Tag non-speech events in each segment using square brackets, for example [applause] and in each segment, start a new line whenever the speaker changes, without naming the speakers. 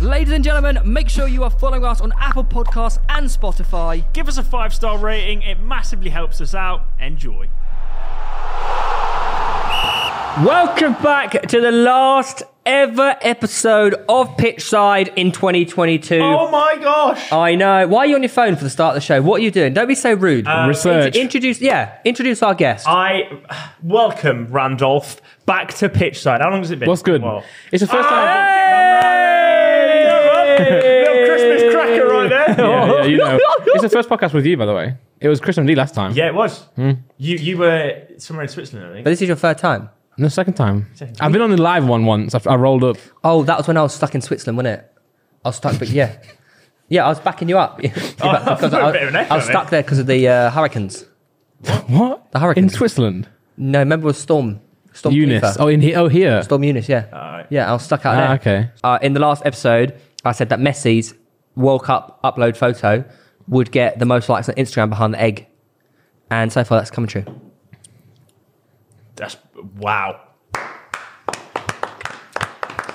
Ladies and gentlemen, make sure you are following us on Apple Podcasts and Spotify.
Give us a five star rating, it massively helps us out. Enjoy.
Welcome back to the last ever episode of Pitchside in 2022.
Oh my gosh!
I know. Why are you on your phone for the start of the show? What are you doing? Don't be so rude.
Research.
Int- introduce, yeah, introduce our guest.
I welcome Randolph back to pitch side. How long has it been?
What's good?
Well, Ah!
It's the
[laughs]
first time.
Hey! Little Christmas cracker right there. Oh.
Yeah, yeah, you know. it's the first podcast with you, by the way. It was Chris and Lee last time.
Yeah, it was.
Hmm?
You you were somewhere in Switzerland, I think.
but this is your third time.
No, second time. I've been on the live one once. I, I rolled up.
Oh, that was when I was stuck in Switzerland, wasn't it? I was stuck, but [laughs] yeah. Yeah, I was backing you up. [laughs] Because
I thought a bit of an
I,
echo
I was
there.
stuck there because of the uh, hurricanes.
What?
The hurricanes.
In Switzerland.
No, remember it was Storm. Storm
Eunice.
Kiefer.
Oh, in here. Oh, here.
Storm Eunice, yeah.
right.
Yeah, I was stuck out
Ah,
there.
okay.
Uh, in the last episode, I said that Messi's World Cup upload photo would get the most likes on Instagram behind the egg. And so far, that's coming true.
That's wow.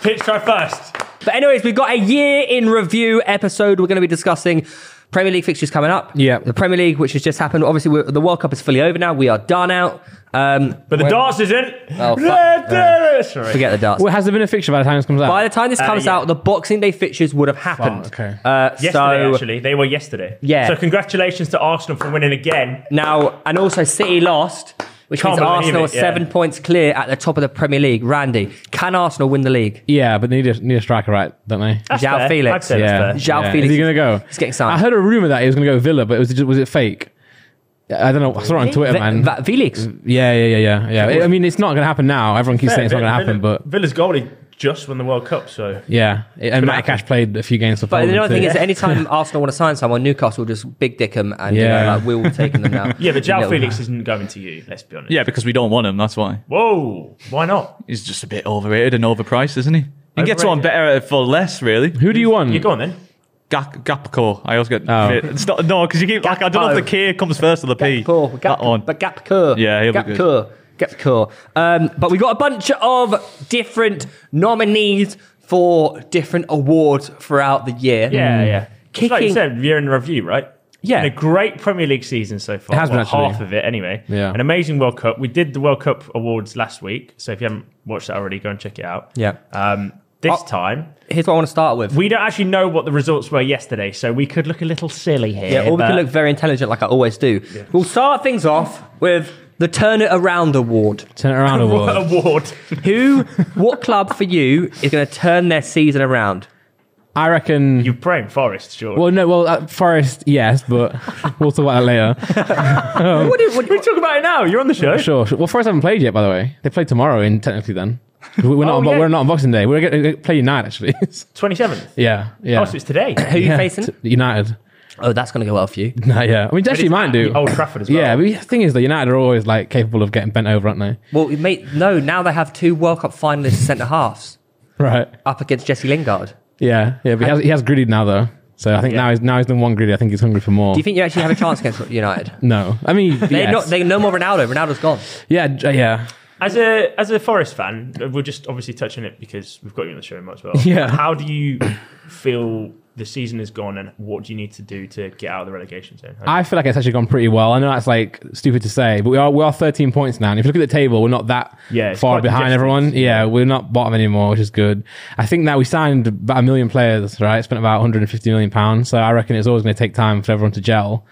Pitch try first.
But, anyways, we've got a year in review episode. We're going to be discussing Premier League fixtures coming up.
Yeah.
The Premier League, which has just happened. Obviously, we're, the World Cup is fully over now. We are done out. Um,
But the
we're-
darts isn't.
Oh, fuck.
Sorry.
Forget the darts.
Well, has there been a fixture by the time this comes out?
By the time this
Uh,
comes
yeah.
out, the Boxing Day fixtures would have happened.
Fuck, okay.
Uh,
Yesterday,
so,
actually, they were yesterday.
Yeah.
So congratulations to Arsenal for winning again.
Now, and also City lost, which
Can't
means
believe
Arsenal
it,
are seven
yeah.
points clear at the top of the Premier League. Randy, can Arsenal win the league?
yeah, but they need a, need a striker, right? Don't they?
That's
Joao
fair.
Felix.
I'd say
yeah.
that's fair.
Joao
yeah.
Felix
Is he going to go?
is getting signed.
I heard a rumor that he was going to go Villa, but it was, was it fake? I don't know. I saw it on Twitter,
V-
man.
Va- Felix.
yeah, yeah, yeah, yeah. yeah. I mean, it's not going to happen now. Everyone keeps saying it's not going to happen,
Villa-
but
Villa's goalie just won the World Cup, so
yeah. And Matty Cash played a few games for
But the
Fulham,
other
too.
thing is,
[laughs]
anytime Arsenal want to sign someone, Newcastle just big dick them and you know,
Yeah.
like, we're all taking them now.
[laughs] yeah. But Jao
Little-
Felix isn't going to you. Let's be honest.
Yeah, because we don't want him. That's why
Whoa. Why not?
he's just a bit overrated and overpriced, isn't he? You can get someone
Overrated.
better for less, really.
Who do you want?
You go on then.
Gap, Gapco. I always get
Oh.
it's not no because you keep like I don't know if the K comes first or the P.
Poor [laughs] Gap,
that one.
But Gapkur.
Yeah, he'll be good.
Gapkur. Gapkur. Um, but we've got a bunch of different nominees for different awards throughout the year. Mm.
Yeah, yeah. Mm. It's like you
Kicking-
said, year in review, right?
Yeah.
Been a great Premier League season so far.
It has been,
Well,
actually.
half of it anyway.
Yeah.
An amazing World Cup. We did the World Cup awards last week, so if you haven't watched that already, go and check it out.
Yeah.
Um, this
Oh.
time,
Here's what I want to start with.
we don't actually know what the results were yesterday, so we could look a little silly here.
Yeah, or we
but
can look very intelligent like I always do. We'll start things off with the Turn It Around Award.
Turn it
[laughs]
around
[laughs] What
award.
award?
[laughs] Who, what club for you is going to turn their season around?
I reckon.
You're praying Forest, sure.
well, no, well, uh, Forest, yes, but [laughs] we'll talk about
[laughs]
that later.
What do- what do-
we talk about it now. You're on the show.
Sure, sure. Well, Forest haven't played yet, by the way. They play tomorrow, in technically, then. We- We're not, on, bo-
Oh, yeah.
we're not on Boxing Day. We're going to play United, actually. [laughs]
27th.
yeah, yeah.
Oh, so it's
[coughs]
today.
who are you
Yeah,
facing?
t- [laughs] United.
Oh, that's going to go well for you.
Nah, yeah. I mean, actually, mine do.
Old Trafford as well.
Yeah, but the thing is, the United are always like capable of getting bent over, aren't they? [laughs]
Well, mate, no, now they have two World Cup finalists centre halves
Right.
up against Jesse Lingard.
Yeah, yeah. But he has, he has greedy now, though. So I think
Yeah.
now he's now he's done one greedy. I think he's hungry for more.
Do you think you actually have a chance against [laughs] United?
no, I
[laughs]
mean,
They're
yes.
not. They no more Ronaldo. Ronaldo's gone.
yeah, j- yeah.
As a as a Forest fan, we're just obviously touching it because we've got you on the show much well.
[laughs] Yeah.
How do you feel the season is gone, and what do you need to do to get out of the relegation zone?
I feel like it's actually gone pretty well. I know that's like stupid to say, but we are we are 13 points now. And if you look at the table, we're not that
Yeah, it's
far
quite
behind
congested.
everyone. Yeah, we're not bottom anymore, which is good. I think now we signed about a million players, right? Spent about 150 million pounds. So I reckon it's always going to take time for everyone to gel.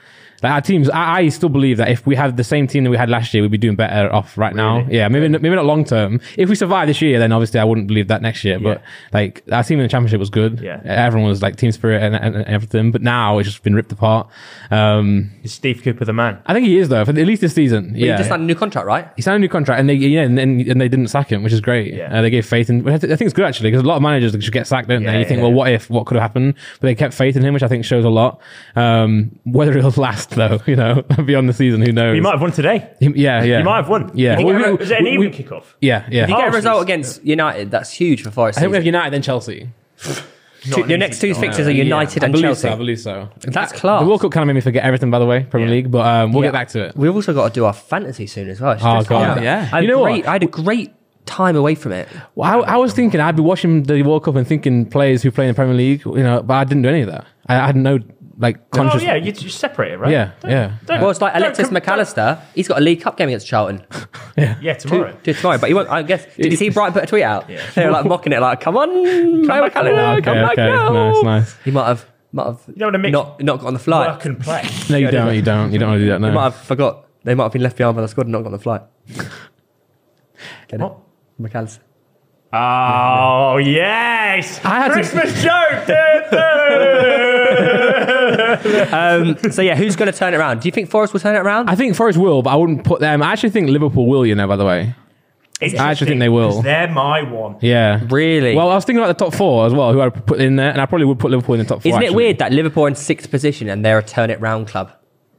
Like our teams, I, I still believe that if we had the same team that we had last year, we'd be doing better off right now. Yeah, maybe maybe not long term. If we survive this year, then obviously I wouldn't believe that next year. But like our team in the championship was good.
Yeah.
everyone was like team spirit and, and, and everything. But now it's just been ripped apart. Um,
Is Steve Cooper the man?
I think he is though, for at least this season.
But
yeah,
He just signed a new contract, right?
he signed a new contract, and they yeah, and, and, and they didn't sack him, which is great.
Yeah.
Uh, they gave faith in. which I, th- I think it's good actually because a lot of managers should get sacked, don't they?
Yeah,
you think,
yeah,
well,
yeah.
what if? What could have happened? But they kept faith in him, which I think shows a lot. Um, whether it'll [laughs] last though, you know, [laughs] beyond the season, who knows?
You might have won today.
He- yeah, yeah.
You might have won.
Yeah.
You think
Well,
that-
we-
was it an
we-
even
we-
kickoff?
Yeah, yeah.
If you get
Oh,
a result
it's-
against United, that's huge for Forest.
I think we have
season.
United and Chelsea.
Not an
your next
easy
two
goal.
fixtures are United
Yeah, I
and
believe
Chelsea.
So, I believe so.
That's class.
The World Cup kind of made me forget everything, by the way, Premier
Yeah.
League. But um, we'll
Yeah.
get back to it.
We've also got to do our fantasy soon as well. It's
Oh,
just
God,
hard.
yeah.
I had
You know
a great,
what?
I had a great time away from it.
Well, I, I was thinking I'd be watching the World Cup and thinking players who play in the Premier League, you know, but I didn't do any of that. I, I had no like
Oh
conscious.
yeah, you, you separate it, right?
Yeah, yeah.
Well, it's like
don't
Alexis
com-
McAllister. He's got a League Cup game against Charlton.
don't- Yeah, tomorrow.
Do it tomorrow, but he won't. I guess. Did you see Brighton put a tweet out?
Yeah.
They were like mocking it, like, "Come on, Mo
back to
McAllister,
work.
come
Okay,
back
okay,
now."
nice, nice.
He might have, might have
know what I mean?
not not got on the flight.
Work
[laughs]
and play.
No, you
Yeah,
don't.
didn't
You don't. You don't want to do that.
They might
No.
have forgot. They might have been left behind by the squad and not got on the flight. Get it?
What?
McAllister.
Oh yes,
I had to-
Christmas joke. dude.
Um, so yeah, who's going to turn it around? Do you think Forest will turn it around?
I think Forest will, but I wouldn't put them. I actually think Liverpool will. You know, by the way. I actually think they will.
because They're my one.
Yeah.
Really?
Well, I was thinking about the top four as well, who I put in there, and I probably would put Liverpool in the top four.
Isn't it
actually.
weird that Liverpool are in sixth position and they're a turn it round club?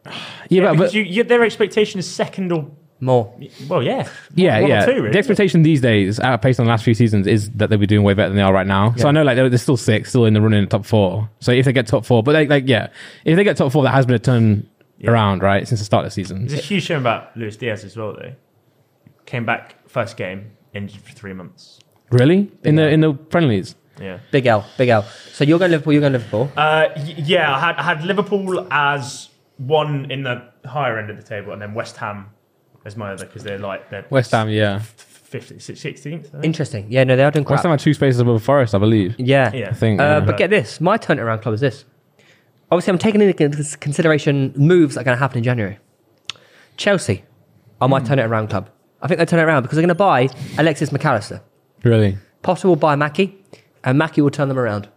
Yeah, but,
Because
but
you, you, their expectation is second or
More.
well, yeah,
yeah,
one
yeah.
Or two, really.
the expectation these days, uh, based on the last few seasons, is that they'll be doing way better than they are right now. So I know like they're, they're still six, still in the running in the top four. So if they get top four, but like, like yeah, if they get top four, that has been a turn around right since the start of the season.
It's a huge shame about Luis Diaz as well, though. Came back first game, injured for three months.
Really, in the in the friendlies.
Yeah.
Big L. Big L. So you're going Liverpool. You're going Liverpool.
Uh, y- yeah, I had, I had Liverpool as one in the higher end of the table, and then West Ham as my other because they're like they're
West Ham, yeah.
15th, 16th. I think.
Interesting. Yeah. No, they are doing
West
crap.
Ham had two spaces above Forest, I believe.
yeah.
Yeah.
I think.
Uh,
yeah.
but get this. My turn around club is this. Obviously, I'm taking into cons- consideration moves that are going to happen in January. Chelsea are my turn it around club. I think they turn it around because they're going to buy Alexis McAllister.
really.
Potter will buy Mackie, and Mackie will turn them around.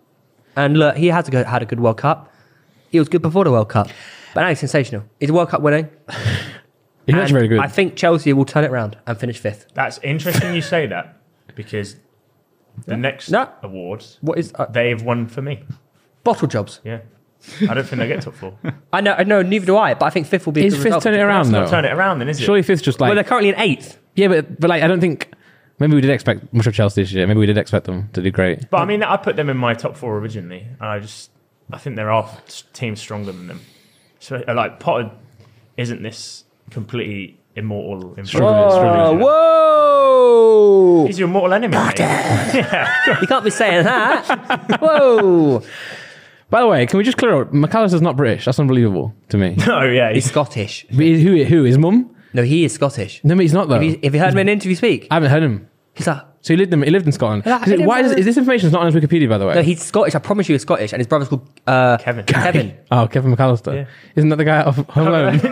And look, he has a good, had a good World Cup. He was good before the World Cup, but now he's sensational. He's a World Cup winner.
He's
and
actually very good.
I think Chelsea will turn it round and finish fifth.
That's interesting you say that because the next
No.
awards
What is uh,
they've won for me.
bottle jobs?
Yeah. I don't think they get top four.
I know, I know, neither do I. But I think fifth will be. a
Is
good
fifth
result.
turn it around
That's
though?
not turn it around then, is it?
Surely fifth just like
Well, they're currently in eighth.
yeah, but but like I don't think maybe we did expect much of Chelsea this year. Maybe we did expect them to do great.
But I mean, I put them in my top four originally, and I just I think there are s- teams stronger than them. So uh, like Potter isn't this completely immortal.
Struggling, struggling.
Oh, whoa!
He's your mortal enemy. mate.
you can't be saying that.
[laughs]
whoa!
By the way, can we just clear up? McAllister's not British. That's unbelievable
[laughs]
to me.
[laughs] Oh yeah,
He's
he's
Scottish.
But is- who? Who? His mum?
No, he is Scottish.
No, but he's not though.
Have you, have you heard him in an interview speak?
I haven't heard him.
He's like,
So he lived in he lived in Scotland.
Yeah, I
Is it-
don't
why is,
know.
is this information not on his Wikipedia? By the way,
No, he's Scottish. I promise you, he's Scottish, and his brother's called uh,
Kevin.
Kevin.
oh Kevin McAllister.
Yeah.
Isn't that the
[laughs]
guy off Home Alone?
[laughs]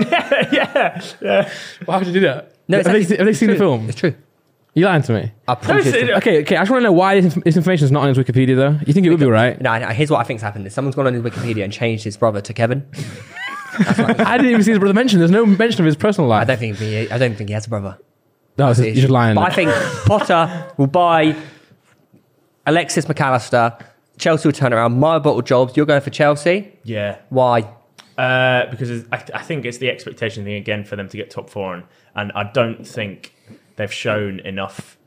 yeah. yeah.
why would you do that?
No,
have,
it's actually-
they, se- have they
it's
seen the
true.
film?
It's true.
You lying to me.
I promise you.
it's-
it's true.
Okay, okay. I just want to know why this, this information is not on his Wikipedia though. You think it would be right?
No, no, here's what I think's happened: is someone's gone on his Wikipedia and changed his brother to Kevin.
I didn't even see his brother mentioned. There's no mention of his personal
I
life.
don't think he, I don't think he has a brother.
no, it's- you're just lying.
But I think Potter will buy Alexis McAllister. Chelsea will turn around. My bottle jobs. You're going for Chelsea.
Yeah.
Why?
Uh, because I, I think it's the expectation thing again for them to get top four, and, and I don't think they've shown enough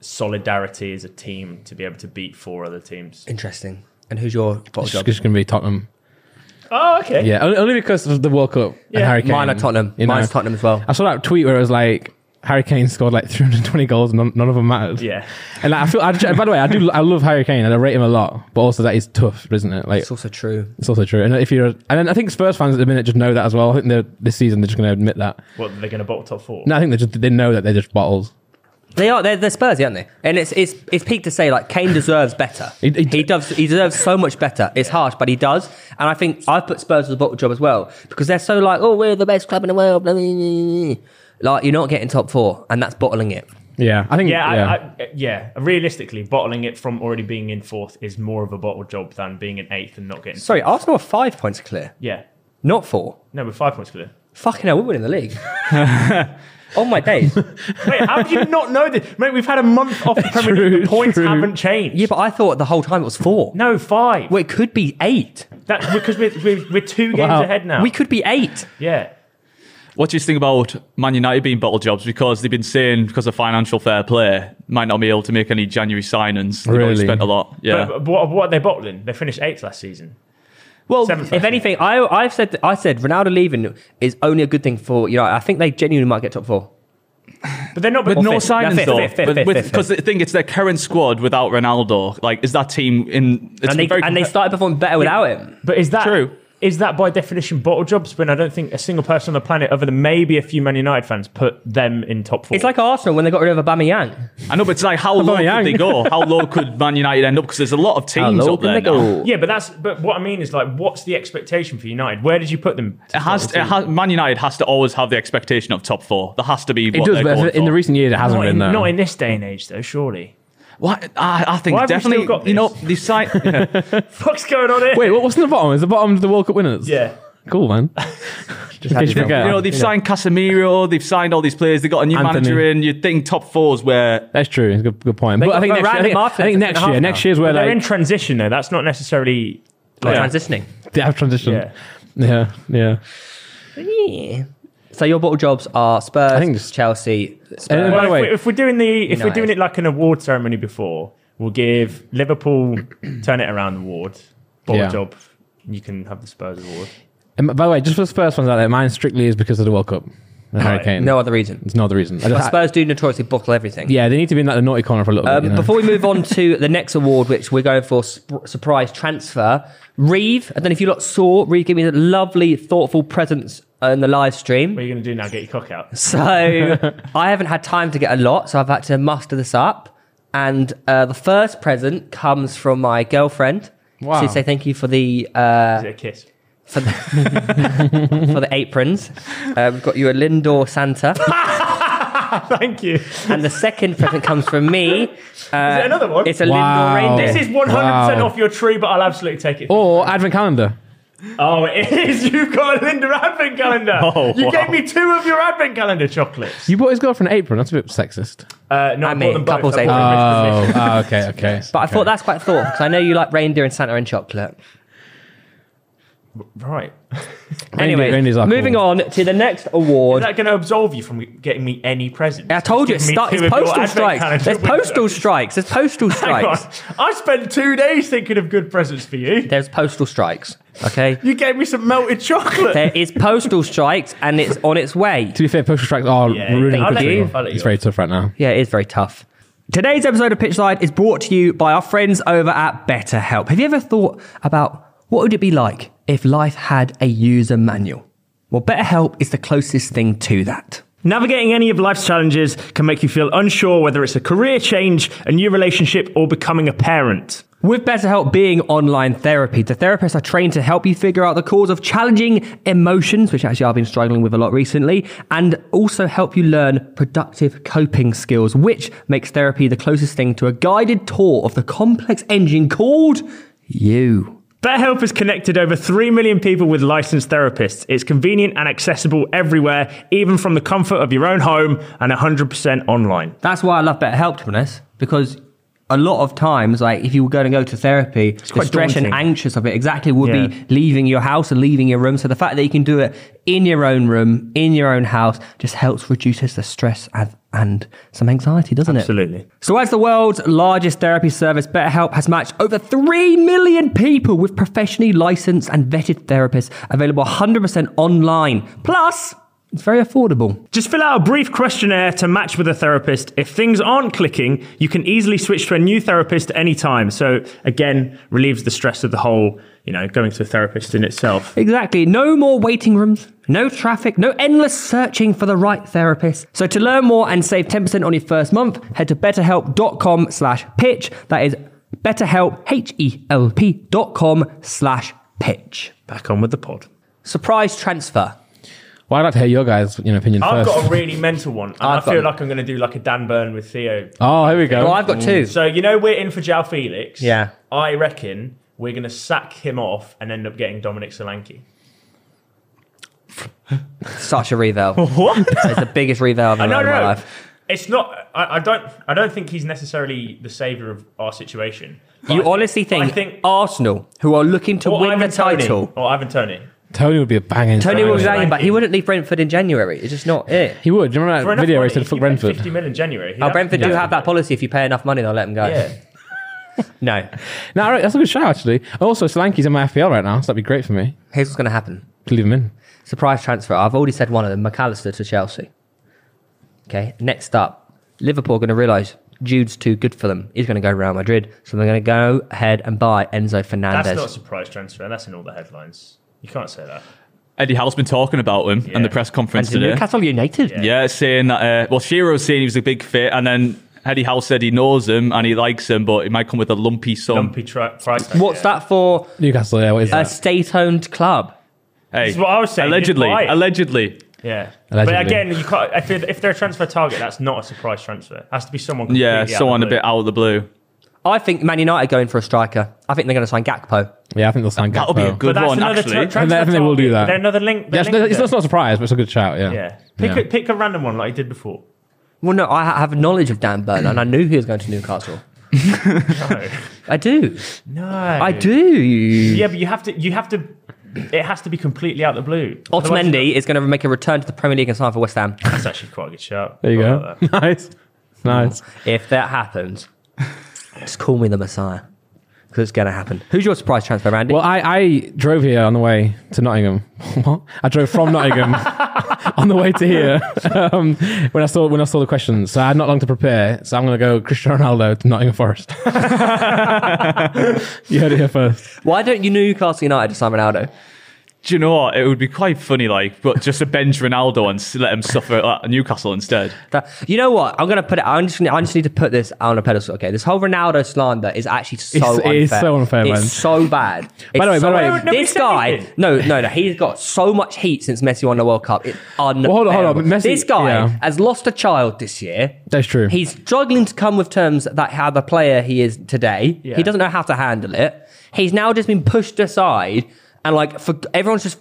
solidarity as a team to be able to beat four other teams.
Interesting. And who's your bottle
it's just,
job?
it's going to be Tottenham.
Oh, okay.
Yeah, only, only because of the World Cup and
Yeah.
Harry Kane.
Mine are Tottenham.
you know.
Mine's Tottenham as well.
I saw that tweet where it was like Harry Kane scored like [laughs] 320 goals and none, none of them mattered.
Yeah.
And like, I feel. I, by the way, I do. I love Harry Kane and I rate him a lot. But also, that is tough, isn't it? Like
It's also true.
it's also true. And if you're, and then I think Spurs fans at the minute just know that as well. I think they're, this season they're just going to admit that.
What they're going to bottle top four?
No, I think they just they know that they're just bottles.
They are they're, they're Spursy, aren't they? And it's it's it's peak to say like Kane deserves better. he,
He- he-
does he deserves so much better. It's harsh, but he does. And I think I've put Spurs as a bottle job as well because they're so like oh we're the best club in the world. blah, blah, blah, blah. Like you're not getting top four, and that's bottling it.
Yeah, I think.
Yeah,
Yeah,
yeah. I, I, yeah. Realistically, bottling it from already being in fourth is more of a bottle job than being in eighth and not getting.
Sorry, Arsenal are five points clear,
Yeah.
not four.
No, we're five points clear.
Fucking hell, we're winning the
[laughs]
league. oh my days.
Wait, how did you not know this? Mate, we've had a month off the Premier League. The
True,
points
true.
haven't changed.
Yeah, but I thought the whole time it was four.
No, five.
Well, it could be eight.
That's because we're, we're, we're two games
Wow.
ahead now.
We could be eight.
yeah.
What do you think about Man United being bottle jobs? Because they've been saying because of financial fair play, might not be able to make any January signings. They've already
Really?
spent a lot. Yeah.
But, but what, what are they bottling? They finished eighth last season.
well,
Seventh last
If anything, I, I've said I said Ronaldo leaving is only a good thing for you know. I think they genuinely might get top four.
season. But they're not.
With
but
no
fifth.
signings,
fifth,
though.
fifth, fifth,
But-
fifth,
with-
fifth,
Because the thing, it's their current squad without Ronaldo. Like, is that team in. It's
and they
very
and they
compa-
started performing better without him.
But is that
True.
Is that by definition bottle jobs? When I don't think a single person on the planet, other than maybe a few Man United fans, put them in top four.
It's like Arsenal when they got rid of Aubameyang.
I know, but it's like, how low
Aubameyang.
could they go? How low could Man United end up? Because there's a lot of teams up there now.
yeah, but that's but what I mean is like, what's the expectation for United? Where did you put them?
It has, it has, Man United has to always have the expectation of top four. There has to be.
it
what
does,
they're
but
going
in
for.
the recent years it hasn't
Not
been
in,
though.
not in this day and age, though. Surely, [laughs]
What? I, I think
Why have we
definitely.
still got
you know,
this?
the side.
[laughs] what's going on here?
Wait, what, what's in the bottom? Is the bottom the World Cup winners?
Yeah. [laughs]
cool man. Just in case you forget.
You know, they've signed Casemiro, they've signed all these players, they've got a new
Anthony.
manager in. You'd think top fours where
That's true. It's a good, good point. But
got
I think
Varane
next year, I
and
think, I
Martinez
think
in
next
half
year,
now.
next year's where
They're in
like
transition though. That's not necessarily.
Like
Yeah.
transitioning.
they have transitioned.
Yeah.
Yeah, yeah.
Yeah. So your bottle jobs are Spurs,
I think Uh, just-
Chelsea. Spurs.
Well,
And by the
if,
way,
we, if we're doing the if we're
United.
doing it like an award ceremony before, we'll give Liverpool turn it around award, bottle
Yeah.
job. You can have the Spurs award.
and Um, by the way, just for the Spurs fans out there, mine strictly is because of the World Cup. The
Right.
Hurricane.
no other reason.
it's no other reason. I
[laughs] But
just-
Spurs do notoriously bottle everything.
yeah, they need to be in like, the naughty corner for a little
Um,
bit. You know?
Before we move on to the next award, which we're going for sp- surprise transfer, Reeve. I don't know if you lot saw Reeve give me a lovely, thoughtful presence in the live stream.
What are you going to do now? Get your cock out.
So
[laughs]
I haven't had time to get a lot, so I've had to muster this up. And uh, the first present comes from my girlfriend.
Wow.
To say thank you for the uh,
Is it [laughs] a kiss?
for the, [laughs] for the aprons. Uh, we've got you a Lindor
[laughs]
Santa,
Thank you.
and the second present comes from me. Uh,
it another one?
It's a
Wow.
Lindor reindeer.
This is 100%
Wow. Oh.
off your tree, but I'll absolutely take it.
or advent calendar.
Oh, it is. [laughs] You've got a Linda advent calendar.
Oh,
you
wow.
gave me two of your advent calendar chocolates.
You bought his girlfriend an apron. That's a bit sexist.
Uh, no,
I
I
mean,
bought them both.
couples
I bought them
Oh,
both.
oh, okay, okay.
But I thought that's quite thoughtful because I know you like reindeer and Santa and chocolate. Oh.
Right. Is
Anyway,
reindeers are
moving
cool.
on to the next award.
that going to absolve you from getting me any presents?
I told you, it's,
Give me
start,
two
it's
of your
postal
advent
strikes.
calendar
There's
with-
postal strikes. There's postal
[laughs] Hang on.
strikes.
I spent two days thinking of good presents for you.
There's postal strikes. Okay.
You gave me some melted chocolate.
There is postal strikes and it's on its way.
To be fair, postal strikes are
Yeah,
ruining
I'll
the
let you
country.
off, I'll let you
It's very tough right now.
Yeah, it is very tough. Today's episode of Pitchside is brought to you by our friends over at BetterHelp. Have you ever thought about what would it be like if life had a user manual? Well, BetterHelp is the closest thing to that.
Navigating any of life's challenges can make you feel unsure whether it's a career change, a new relationship, or becoming a parent.
With BetterHelp being online therapy, the therapists are trained to help you figure out the cause of challenging emotions, which actually I've been struggling with a lot recently, and also help you learn productive coping skills, which makes therapy the closest thing to a guided tour of the complex engine called you.
BetterHelp has connected over 3 million people with licensed therapists. It's convenient and accessible everywhere, even from the comfort of your own home and 100% online.
That's why I love BetterHelp, to be honest, because a lot of times, like if you were going to go to therapy, the
quite
stress and
daunting.
anxious of it exactly would
Yeah.
be leaving your house and leaving your room. So the fact that you can do it in your own room, in your own house, just helps reduces the stress and, and some anxiety, doesn't it?
Absolutely.
So, as the world's largest therapy service, BetterHelp has matched over 3 million people with professionally licensed and vetted therapists available 100% online. Plus, it's very affordable.
Just fill out a brief questionnaire to match with a therapist. If things aren't clicking, you can easily switch to a new therapist at any time. So, again, relieves the stress of the whole, you know, going to a therapist in itself.
Exactly. No more waiting rooms, No traffic, no endless searching for the right therapist. So to learn more and save 10% on your first month, head to betterhelp.com slash pitch. That is betterhelp, H-E-L-P dot com slash pitch.
Back on with the pod.
Surprise transfer.
Well, I'd like to hear your guys' you know, opinion
I've
first.
got a really mental one. And I
I've got-
feel like I'm going to do like a Dan Burn with Theo.
oh, here we go.
Well, I've got two.
So you know we're in for Jao Felix.
Yeah.
I reckon we're going to sack him off and end up getting Dominic Solanke.
Such a reveal.
[laughs] What?
It's the biggest reveal I've ever
no,
had
no,
in my
no.
life.
It's not. I, I don't. I don't think he's necessarily the savior of our situation. But
You
I-
honestly think,
I think
Arsenal, who are looking to
or
win
Ivan
the
Toney,
title,
or Ivan Tony.
Tony would be a banging.
Tony
signing.
will be
Thank
banging, but he
you.
wouldn't leave Brentford in January. It's just not it.
He would. Do you remember
For
that
enough
video where
money,
he said
if you
"fuck
paid
Brentford"?
Fifty million in January. he'd
Oh,
have-
Brentford
yeah.
do have that policy. If you pay enough money, they'll let him go.
Yeah.
No.
No, right, that's a good shout actually. Also, Solanke's in my FPL right now, so that'd be great for me.
Here's what's going to happen.
To leave him in.
Surprise transfer. I've already said one of them. McAllister to Chelsea. Okay. Next up, Liverpool are going to realise Jude's too good for them. He's going to go to Real Madrid, so they're going to go ahead and buy Enzo
That's
Fernandez.
not a surprise transfer, and that's in all the headlines. You can't say that.
Eddie Howe's been talking about him
Yeah.
and the press
and
conference
to
today.
Newcastle United.
Yeah, saying that. Uh, well, Shiro was saying he was a big fit, and then Eddie Howe said he knows him and he likes him, but it might come with a lumpy sum.
Lumpy tri- price. tag,
What's
yeah.
that for?
Newcastle, yeah, what is
A
that?
state-owned club.
Hey,
This is what I was saying, you didn't
Allegedly,
buy it.
allegedly.
Yeah, but
Allegedly.
again, you can't. If they're, if they're a transfer target, that's not a surprise transfer. It has to be someone. Completely
Yeah,
out of
someone
the
a bit
blue.
out of the blue.
I think Man United going for a striker. I think they're going to sign Gakpo.
Yeah, I think they'll sign Gakpo.
That'll be a
But
good
that's
one,
another
actually.
tra- transfer
I think they will do
target.
that.
They're another link. they're
Yes, no,
linked
it's
there.
not a surprise, but it's a good shout. Yeah.
Yeah, pick
Yeah.
A, pick a random one like you did
[laughs]
before.
Well, no, I ha- have knowledge of Dan Burn, and I knew he was going to Newcastle.
No,
I do.
no,
I do.
Yeah, but you have to. You have to. It has to be completely out of the blue. Otherwise-
Otamendi is going to make a return to the Premier League and sign for West Ham.
That's actually quite a good shout.
There you
I
go. Hmm.
like that.
[laughs] nice. Nice.
if that happens, just call me the Messiah because it's going to happen. Who's your surprise transfer, Andy?
Well, I, I drove here on the way to Nottingham. [laughs] what? I drove from Nottingham [laughs] on the way to here [laughs] um, when I saw when I saw the questions. So I had not long to prepare. So I'm going to go Cristiano Ronaldo to Nottingham Forest.
[laughs]
[laughs] you heard it here first.
Why don't you Newcastle United to sign Ronaldo?
Do you know what? It would be quite funny, like, but just to bench Ronaldo and s- let him suffer at Newcastle instead.
That- you know what? I'm going to put it. I'm just, gonna- I just need to put this on a pedestal. Okay, this whole Ronaldo slander is actually so
It's-
unfair.
it is so unfair,
It's
man.
so bad.
By the way,
It's
by
so-
the way- Why would
nobody
this
say
guy.
anything?
No, no, no. He's got so much heat since Messi won the World Cup. It's unfair.
hold on, hold on, but Messi-
this guy
yeah.
has lost a child this year.
That's true.
He's struggling to come with terms that how the player he is today.
Yeah.
He doesn't know how to handle it. He's now just been pushed aside, and like for everyone's just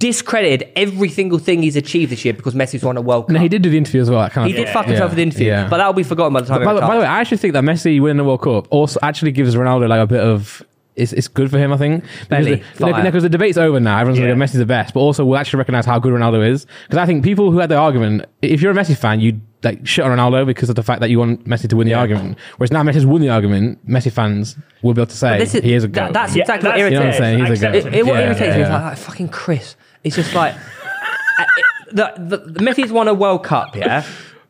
discredited every single thing he's achieved this year because Messi's won a World Cup.
no, he did do the interview as well. I can't.
He did fuck himself
yeah,
with the interview,
yeah.
but that'll be forgotten by the time.
By,
it
the- by the way,
retires.
I actually think that Messi winning the World Cup also actually gives Ronaldo like a bit of. It's, it's good for him, I think. Because
Belly,
the, no,
fire.
because the debate's over now. Everyone's
Yeah.
going to go, Messi's the best, but also we'll actually recognize how good Ronaldo is. Because I think people who had the argument, if you're a Messi fan, you like shit on Ronaldo because of the fact that you want Messi to win the argument. Whereas now Messi's won the argument, Messi fans will be able to say
this is-
he is a
that-
goat.
that's
Yeah,
exactly what
that's-
irritates
you know what I'm saying? He's a goat.
it, it, what
Yeah,
irritates
yeah,
me is
yeah.
like, like, fucking Chris. It's just like [laughs] I- it- the, the, the Messi's won a World Cup, yeah,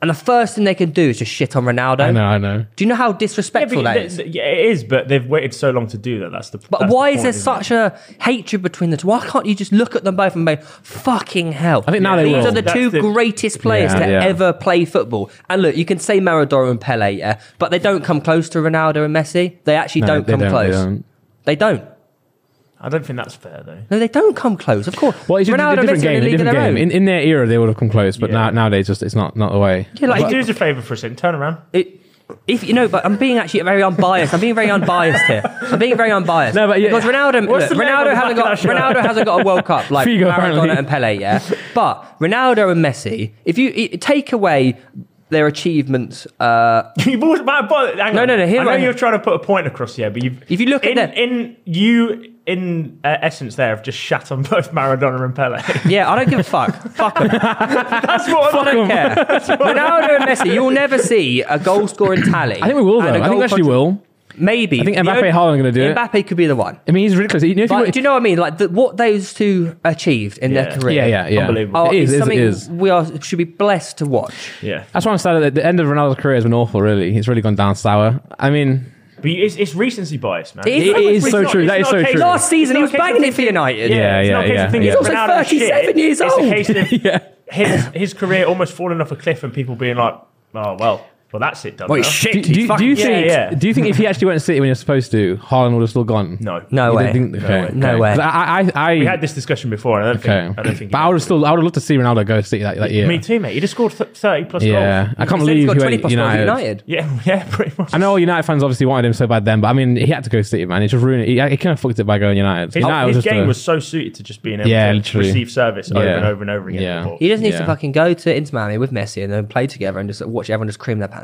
and the first thing they can do is just shit on Ronaldo.
I know, I know.
Do you know how
Yeah,
disrespectful
but
that
th-
is?
th- yeah, it is, but they've waited so long to do that. That's the.
but
that's the
why
point,
is there
isn't it?
such a hatred between the two? Why can't you just look at them both and go, fucking hell?
I think now they
These
will.
are the
That's
two
the-
greatest players
Yeah,
to
yeah.
ever play football. And look, you can say Maradona and Pele, yeah, but they don't come close to Ronaldo and Messi. They actually
No,
don't
they
come
don't, they
close.
don't.
They don't.
I don't think that's fair though.
No, they don't come close. Of course.
Well, it's just
Ronaldo and
a different
Messi are in a
game. A
league of
different
their
game.
own.
In, in their era, they would have come close, but
Yeah.
now, nowadays, just it's not not the way.
Yeah, like,
do us a favour for a second. Turn around.
it- if you know, but I'm being actually very unbiased. I'm being very unbiased here. I'm being very unbiased.
No, but yeah-
because Ronaldo,
What's
look,
the name on
Ronaldo
the
hasn't
back
got
of that shirt?
Ronaldo hasn't got a World Cup like Maradona
Figo, apparently.
and Pele. Yeah, but Ronaldo and Messi. If you i- take away their achievements, uh,
[laughs] You've always, but, but, hang
No,
on.
no, no, here
I know
I-
you're trying to put a point across here, but you've,
If you look at
in,
that-
in you in uh, essence there have just shat on both Maradona and Pele. [laughs]
yeah, I don't give a fuck. fuck
[laughs]
'em.
That's what
I
I'm
don't care. Ronaldo and Messi. You will never see a goal scoring tally.
I think we will,
and
though.
a
I think
goal
we actually
contri-
will.
Maybe.
I think
The
Mbappe
only-
and Haaland are gonna do it.
Mbappe could be the one.
I mean, he's ridiculous. You know, if you
But
look-
do you know what I mean? Like the, what those two achieved in
Yeah.
their career.
yeah, yeah, yeah.
Unbelievable.
Oh,
It
it's
is, it is,
something
it is.
we are should be blessed to watch.
Yeah.
That's why I'm sad that the end of Ronaldo's career has been awful, really. He's really gone down sour. I mean, [laughs]
But it's, it's recency bias, man.
It is-
It's
it
not-
is
it's
so
not-
true.
it's
That is
not a
so
case
true.
of-
Last season, he
it's not
was
a case of
banging it for
thinking-
United.
Yeah,
it's not a
yeah,
case of
yeah,
thinking
yeah.
He's also
Ronaldo's shit.
37 years
It's
old.
a case
[laughs]
of his, his career almost falling off a cliff and people being like, oh, well, well, that's it done
Well,
now.
he's shit.
Do,
he's
do, do
fucking-
you
Yeah,
think?
yeah.
Do you think if he actually went to City when you're supposed to, Haaland would have still gone?
No.
No
You
way.
don't think- okay,
No
okay.
way.
'Cause I, I, I,
We had this discussion before, and I don't
okay.
think. I don't think
but I would have still, I would have loved to see Ronaldo go to City that, that year.
Me too, mate. He just scored th- 30 plus
Yeah,
goals.
I can't
So he's
believe
got
he
20
went
plus goals at
United.
United.
Yeah, [laughs] yeah, pretty much.
I know United fans obviously wanted him so bad then, but I mean, he had to go to City, man. He just ruined it. He, he kind of fucked it by going United.
His,
United
his
just
game
a-
was so suited to just being able
Yeah,
to
literally.
receive service over
Yeah.
and over and over again.
Yeah.
But
He just needs to
Yeah.
fucking go to Inter Miami with Messi and then play together and just watch everyone just cream their pants.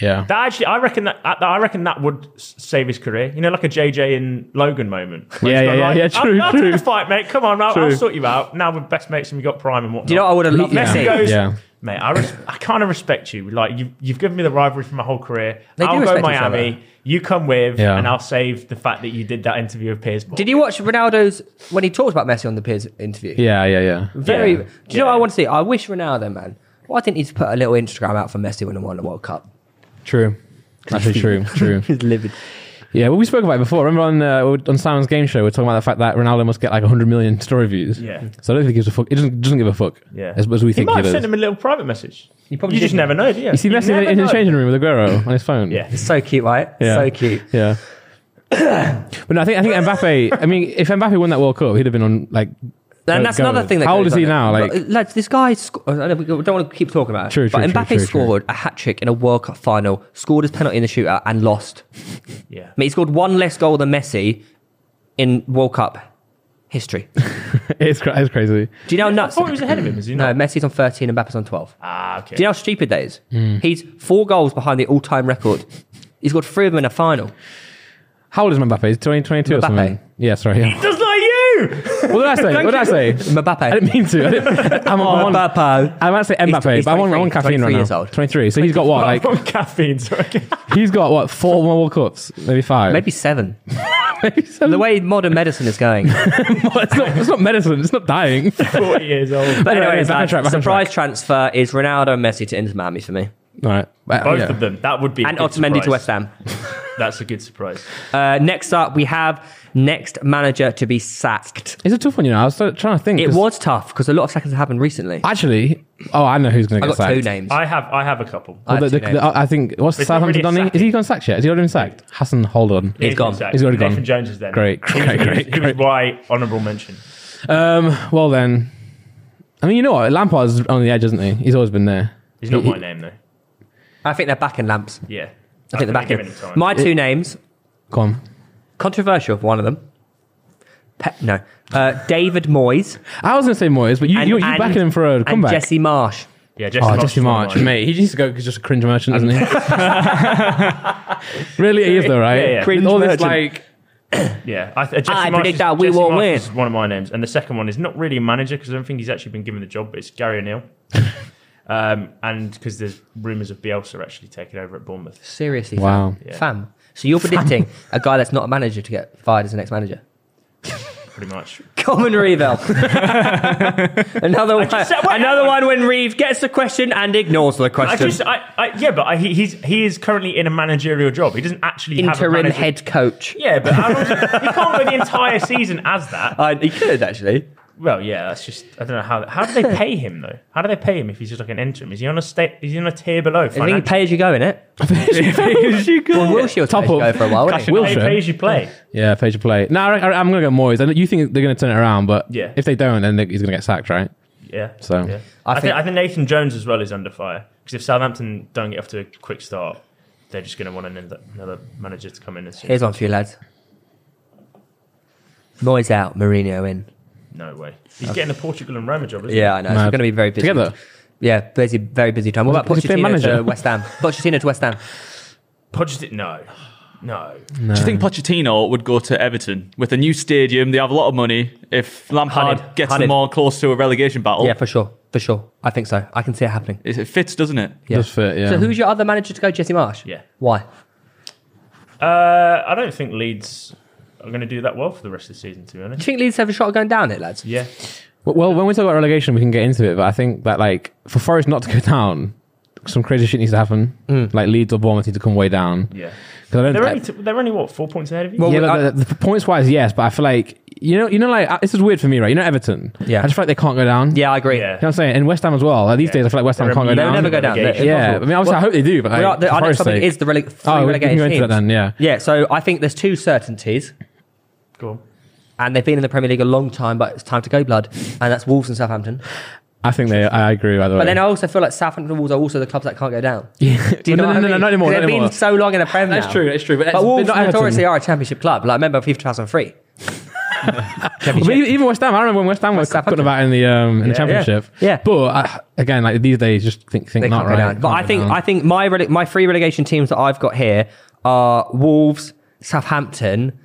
yeah.
That actually, I reckon that I- I reckon that would s- save his career. You know, like a JJ and Logan moment. where
[laughs] Yeah,
he's
yeah,
gone
yeah, yeah,
I'll-
true,
I'll,
true.
take the fight, mate. Come on, I'll, I'll
True.
sort you out. Now we're best mates and we got prime and whatnot.
Do you know what I would have loved
Yeah.
Messi?
Messi goes,
Yeah.
mate. I, res- I kind of respect you. Like you, you've given me the rivalry for my whole career.
They do
I'll go
respect each other.
Miami. You come with,
Yeah.
and I'll save the fact that you did that interview with Piers. Morgan.
Did you watch Ronaldo's when he talked about Messi on the Piers interview?
yeah, yeah, yeah.
Very.
Yeah.
Do you know what I
Yeah.
want to see? I wish Ronaldo, man. Why didn't he just put a little Instagram out for Messi when he won the World Cup?
True.
[laughs]
Actually, true, true.
He's livid.
Yeah, well, we spoke about it before. Remember on uh, on Simon's game show, we are talking about the fact that Ronaldo must get like 100 million story views.
Yeah.
So I don't think he gives a fuck. He doesn't, doesn't give a fuck.
Yeah.
As, as we
He
think
might
he
have
does.
sent him a little private message. You
probably
just
didn't.
never know, do you?
You see Messi in, in the changing room with Aguero on his phone.
Yeah.
It's so cute, right?
Yeah.
So cute.
[laughs]
Yeah. but no, I think I think Mbappe. I mean, if Mbappe won that World Cup, he'd have been on like. [laughs]
And
go-
that's
go.
another thing. That
How old
goes
is he
on.
now? Like,
But, uh, lads, this guy. Sco- I don't know, we don't want to keep talking about it.
True, true,
But
true,
Mbappe
true, true.
scored a hat trick in a World Cup final, scored his penalty in the shootout, and lost.
Yeah.
I mean, he scored one less goal than Messi in World Cup history. Do
it's, cra- it's crazy.
you
[laughs]
know how
I
nuts?
thought he was ahead of him. Is he
No,
not?
Messi's on 13 and Mbappe's on 12.
Ah, okay.
Do you know how stupid that is?
Hmm.
He's four goals behind the all time record. He's got three of them in a final.
How old is Mbappe? He's 2022 or
Mbappe.
something. Yeah, sorry. Yeah.
[laughs] Just like you.
What did I say? What did
[laughs]
I say? [laughs] I
Mbappe.
didn't mean to. I didn't, I'm,
Oh,
on, I'm, on,
Mbappe.
I might say Mbappe,
he's
but I'm on, I'm
23,
on caffeine right
23
now.
years old.
23. So he's got what? Like
From caffeine. So okay.
he's got what? Four more World Cups, maybe five.
Maybe seven.
Maybe seven.
The way modern medicine is going.
[laughs] it's, not, it's not medicine. It's
[laughs]
not dying.
40 years old.
But
Anyway,
anyway,
back on track, back on
surprise transfer is Ronaldo and Messi to Inter Miami for me.
All right. Well,
Both
yeah.
of them. That would be. a
And Otamendi
good
to
surprise.
West Ham.
That's a good surprise.
Uh, next up, we have next manager to be sacked.
It's a tough one, you know. I was sort of trying to think.
It
'cause
was tough because a lot of sackings have happened recently. I,
actually. Oh, I know who's going to
got
get sacked.
two names.
I have. I have a couple.
I
Well, the-
had
the-
two names.
the- I think what's the
It's not
Southampton
really a
done?
sack.
Is he gone sacked yet? Has he already been sacked? Hasn't. Hold on.
He's
gone.
He's already
Nathan
gone.
Jones is then.
Great,
He was-
great,
he was-
great,
He was why honourable mention.
Um. Well then. I mean, you know what? Lampard's on the edge, isn't he? He's always been there.
He's not
He-
my name though.
I think they're back in lamps.
Yeah.
I think they're back
give
in.
him time.
My two names
Come on.
controversial for one of them. Pe- no, uh, David Moyes
I was going to say Moyes, but you [laughs] you, you backing him for a comeback.
And Jesse Marsh.
yeah, Jesse
Oh,
Marsh.
Jesse
is
March,
mine.
mate. He used to go 'cause just a cringe merchant, [laughs] isn't he? really, he is though, right?
Yeah, yeah.
Cringe All this
merchant.
like,
Yeah. I, uh, Jesse
I
Marsh
predict
is-
that we
Jesse
will
Marsh
win.
Is one of my names, and the second one is not really a manager because I don't think he's actually been given the job. But it's Gary O'Neill. Um, and because there's rumours of Bielsa actually taking over at Bournemouth.
Seriously,
Wow.
fam. fam. So you're
[laughs]
predicting a guy that's not a manager to get fired as the next manager?
Pretty much.
Common Revel. another one.
just said- wait,
another
I-
one when Reeve gets the question and ignores the
I
question.
just, I, I, yeah, but I, he, he's he is currently in a managerial job. He doesn't actually have a
Interim
manager-
head coach.
Yeah, but how long, you can't go the entire season as that.
I, he could actually.
Well, yeah, that's just I don't know how. How do they pay him though? How do they pay him if he's just like an interim? Is he on a state? Is he on a tier below?
I think
financially?
pay as you go in it. Well, Wilshere was
Top
pay as you
up.
go for a while. wasn't he?
Will
Pay,
show.
pay as you play.
yeah, pay to play. No, I, I, I'm going to go Moyes. I know you think they're going to turn it around, but
Yeah.
if they don't, then they, he's going to get sacked, right?
Yeah.
So-
yeah.
I
I, think,
think-
I think Nathan Jones as well is under fire because if Southampton don't get off to a quick start, they're just going to want another, another manager to come in and say,
Here's one for you, lads. Moyes out, Mourinho in.
"No way, he's getting the Portugal and Roma job." Isn't
Yeah, I know. It's
Mad.
going to be very busy.
Together?
Yeah, busy, very busy time. What about
Is he playing
Pochettino to
manager?
West
[laughs]
Ham? Pochettino to West Ham.
he? Pochettino, no, no.
Do you think Pochettino would go to Everton with a new stadium? They have a lot of money. If Lampard
Hunted.
gets
Hunted.
them all close to a relegation
Oh.
battle,
Yeah, for sure, for sure. I think so. I can see it happening.
it it fits, doesn't it?
Yeah.
Does fit, yeah.
So who's your other manager to go? Jesse Marsh.
Yeah.
Why?
Uh, I don't think Leeds are going to do that well for the rest of the season. To
Do
be
you
honest,
think Leeds have a shot at going down it, lads?
yeah.
Well, well, when we talk about relegation, we can get into it, but I think that, like, for [laughs]
Hmm.
Forest not to go down, some crazy shit needs to happen. Like, Leeds or Bournemouth need to come way down.
Yeah.
'Cause I don't.
They're
I-
only, t- they're only what four points ahead of you.
Well,
yeah, but
I-
the, the points wise, yes, but I feel like you know, you know, like uh, this is weird for me, right? You know, Everton.
Yeah.
I just feel like they can't go down.
Yeah, I agree.
You know what I'm saying? And West Ham as well. Like, these days, I feel like West Ham
They're
can't go
immune
down.
They'll never go down.
Relegation.
They're-
Yeah, I
impossible.
mean, obviously, I hope they do, but
We
like,
are, the, our
for
next
Forest's
topic
sake.
is the rele- three
Oh, we- we
relegated
can go into
teams.
that then, yeah.
Yeah. So I think there's two certainties,
Go on.
and they've been in the Premier League a long time, but it's time to go blood, and that's Wolves and Southampton.
I think they. I agree. By the way,
But then I also feel like Southampton and Wolves are also the clubs that can't go down.
[laughs] Yeah.
[laughs] Do you know
no,
what
no,
I
no,
mean?
no, not anymore.
They've
Not
been
anymore.
so long in the Premier.
That's
now.
true, that's true, but that's-
but
but
Wolves
not Everton.
notoriously are a Championship club. Like remember FIFA 2003.
But even even West Ham, I remember when West Ham was
Southampton.
cutting about in the um, in the championship.
Yeah.
but uh, again, like these days, just think think
They
not
can't go
right.
down. But
Can't
I
go
think
down.
I think my rele- my three relegation teams that I've got here are Wolves, Southampton,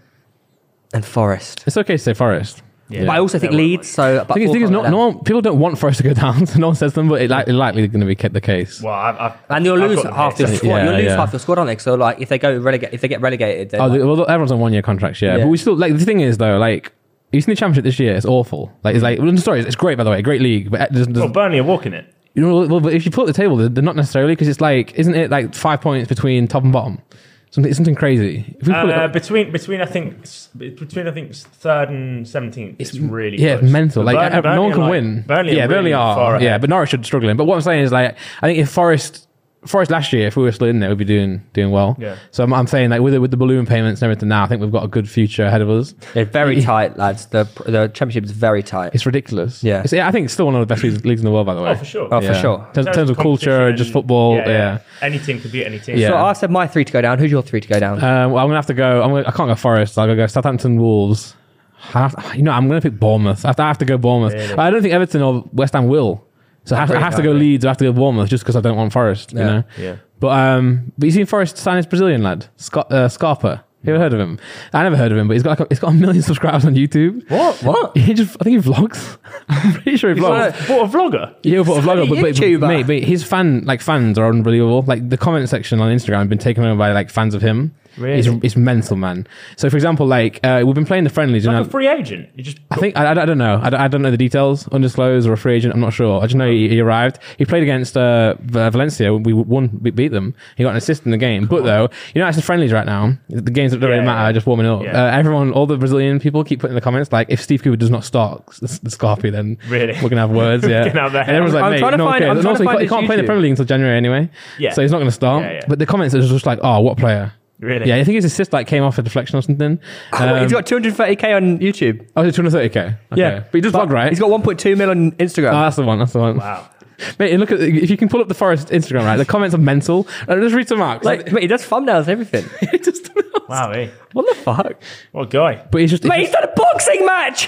and Forest.
it's okay to say Forest.
Yeah.
But I also think
They're
Leeds. So but
I think,
Wolves
it's
can't
not,
go
no
down.
one, people don't want Forest to go [laughs] down, so no one says them, but it like, it's likely going to be kept the case.
Well, I've, I've,
And you'll
I've
lose
got them
half
here,
your
so-
squad.
Yeah,
you'll lose
yeah.
half your squad on it. So like, if they go relegate, if they get relegated, then
Oh,
like,
the, well, everyone's on one year contracts, yeah.
Yeah.
But we still like the thing is though, like you see the championship this year, it's awful. Like it's like well, sorry, it's great by the way, great league, but it doesn't,
Well,
doesn't,
Burnley are walking it.
you know, well, but if you pull up the table, they're, they're not necessarily because it's like isn't it like five points between top and bottom? Something something crazy. If we pull it
Uh,
up-
between between I think s- between I think third and seventeenth, it's, really
yeah, it's
close.
mental.
But
Like
Burn-
uh, no
Burnley
one
are,
can
like-
win.
Burnley,
yeah,
are really Far
are.
ahead.
Yeah, but Norwich are struggling. But what I'm saying is like I think if Forest. Forest last year, if we were still in there, we'd be doing doing well.
Yeah.
So I'm, I'm saying like with the, with the balloon payments and everything now, I think we've got a good future ahead of us.
they're very tight, lads. The the championship is very tight.
It's ridiculous.
Yeah.
It's, I think it's still one of the best leagues leagues in the world, by the way.
Oh, for sure.
Oh, for
Yeah.
sure.
In terms, in terms of culture,
competition,
just football. Yeah.
Any team could beat any team.
Yeah.
So I said my three to go down. Who's your three to go down? [laughs]
Um, well, I'm gonna have to go. I'm gonna, I can't go Forest. I'll go Southampton Wolves. I have- you know, I'm gonna pick Bournemouth. I have to, I have to go Bournemouth. But I don't think Everton or West Ham will. So I have, I have to go Leeds. Or I have to go Bournemouth just because I don't want Forest.
Yeah.
You know.
Yeah.
But um, but you seen Forest sign this Brazilian lad, Scar- uh, Scarpa. You ever heard of him? I never heard of him, but he's got like, he's got a million [laughs] subscribers on YouTube.
What? What?
He just I think he vlogs. [laughs] I'm pretty sure he vlogs.
But a vlogger.
Yeah, but a vlogger, but, but,
YouTuber.
but, mate, but his fan like fans are unbelievable. Like the comment section on Instagram have been taken over by like fans of him.
Really?
it's, it's mental, man. So for example, like uh, we've been playing the friendlies. You
Like
know,
a free agent. You just
I think I, I, don't- I don't know. I don't, I don't know the details. Undisclosed or a free agent. I'm not sure. I just know he, he arrived. He played against uh, V- Valencia. We won. We beat them. He got an assist in the game. but though, you know, it's the friendlies right now. The games that don't
Yeah,
really matter.
yeah.
Just warming up.
Yeah.
Uh, everyone, all the Brazilian people keep putting in the comments like, if Steve Cooper does not start the, the Scarpy, then
Really?
we're gonna
[laughs]
have words. Yeah.
gonna have that.
and everyone's like,
I'm
mate,
trying to
no one
find-
cares.
I'm
And
trying
also,
to
he
find
can't, he can't
his
play in the
YouTube.
Premier League until January anyway.
Yeah.
So he's not gonna start.
Yeah, yeah.
But the comments are just like, oh, what player?
Really?
Yeah, I think his assist like came off a deflection or something.
What,
Um,
he's got 230k on YouTube.
oh, is it 230k? Okay.
Yeah.
but he does vlog, right?
He's got 1.2 mil on Instagram.
Oh, that's the one. That's the one.
wow.
Mate, and look at if you can pull up the forest Instagram, right? The comments are mental. Uh, just read some out.
like, mate, he does thumbnails and
[laughs]
everything.
it just,
Wow. eh?
what the fuck?
What a guy?
but it's just,
Mate, he's done a boxing
[laughs]
match.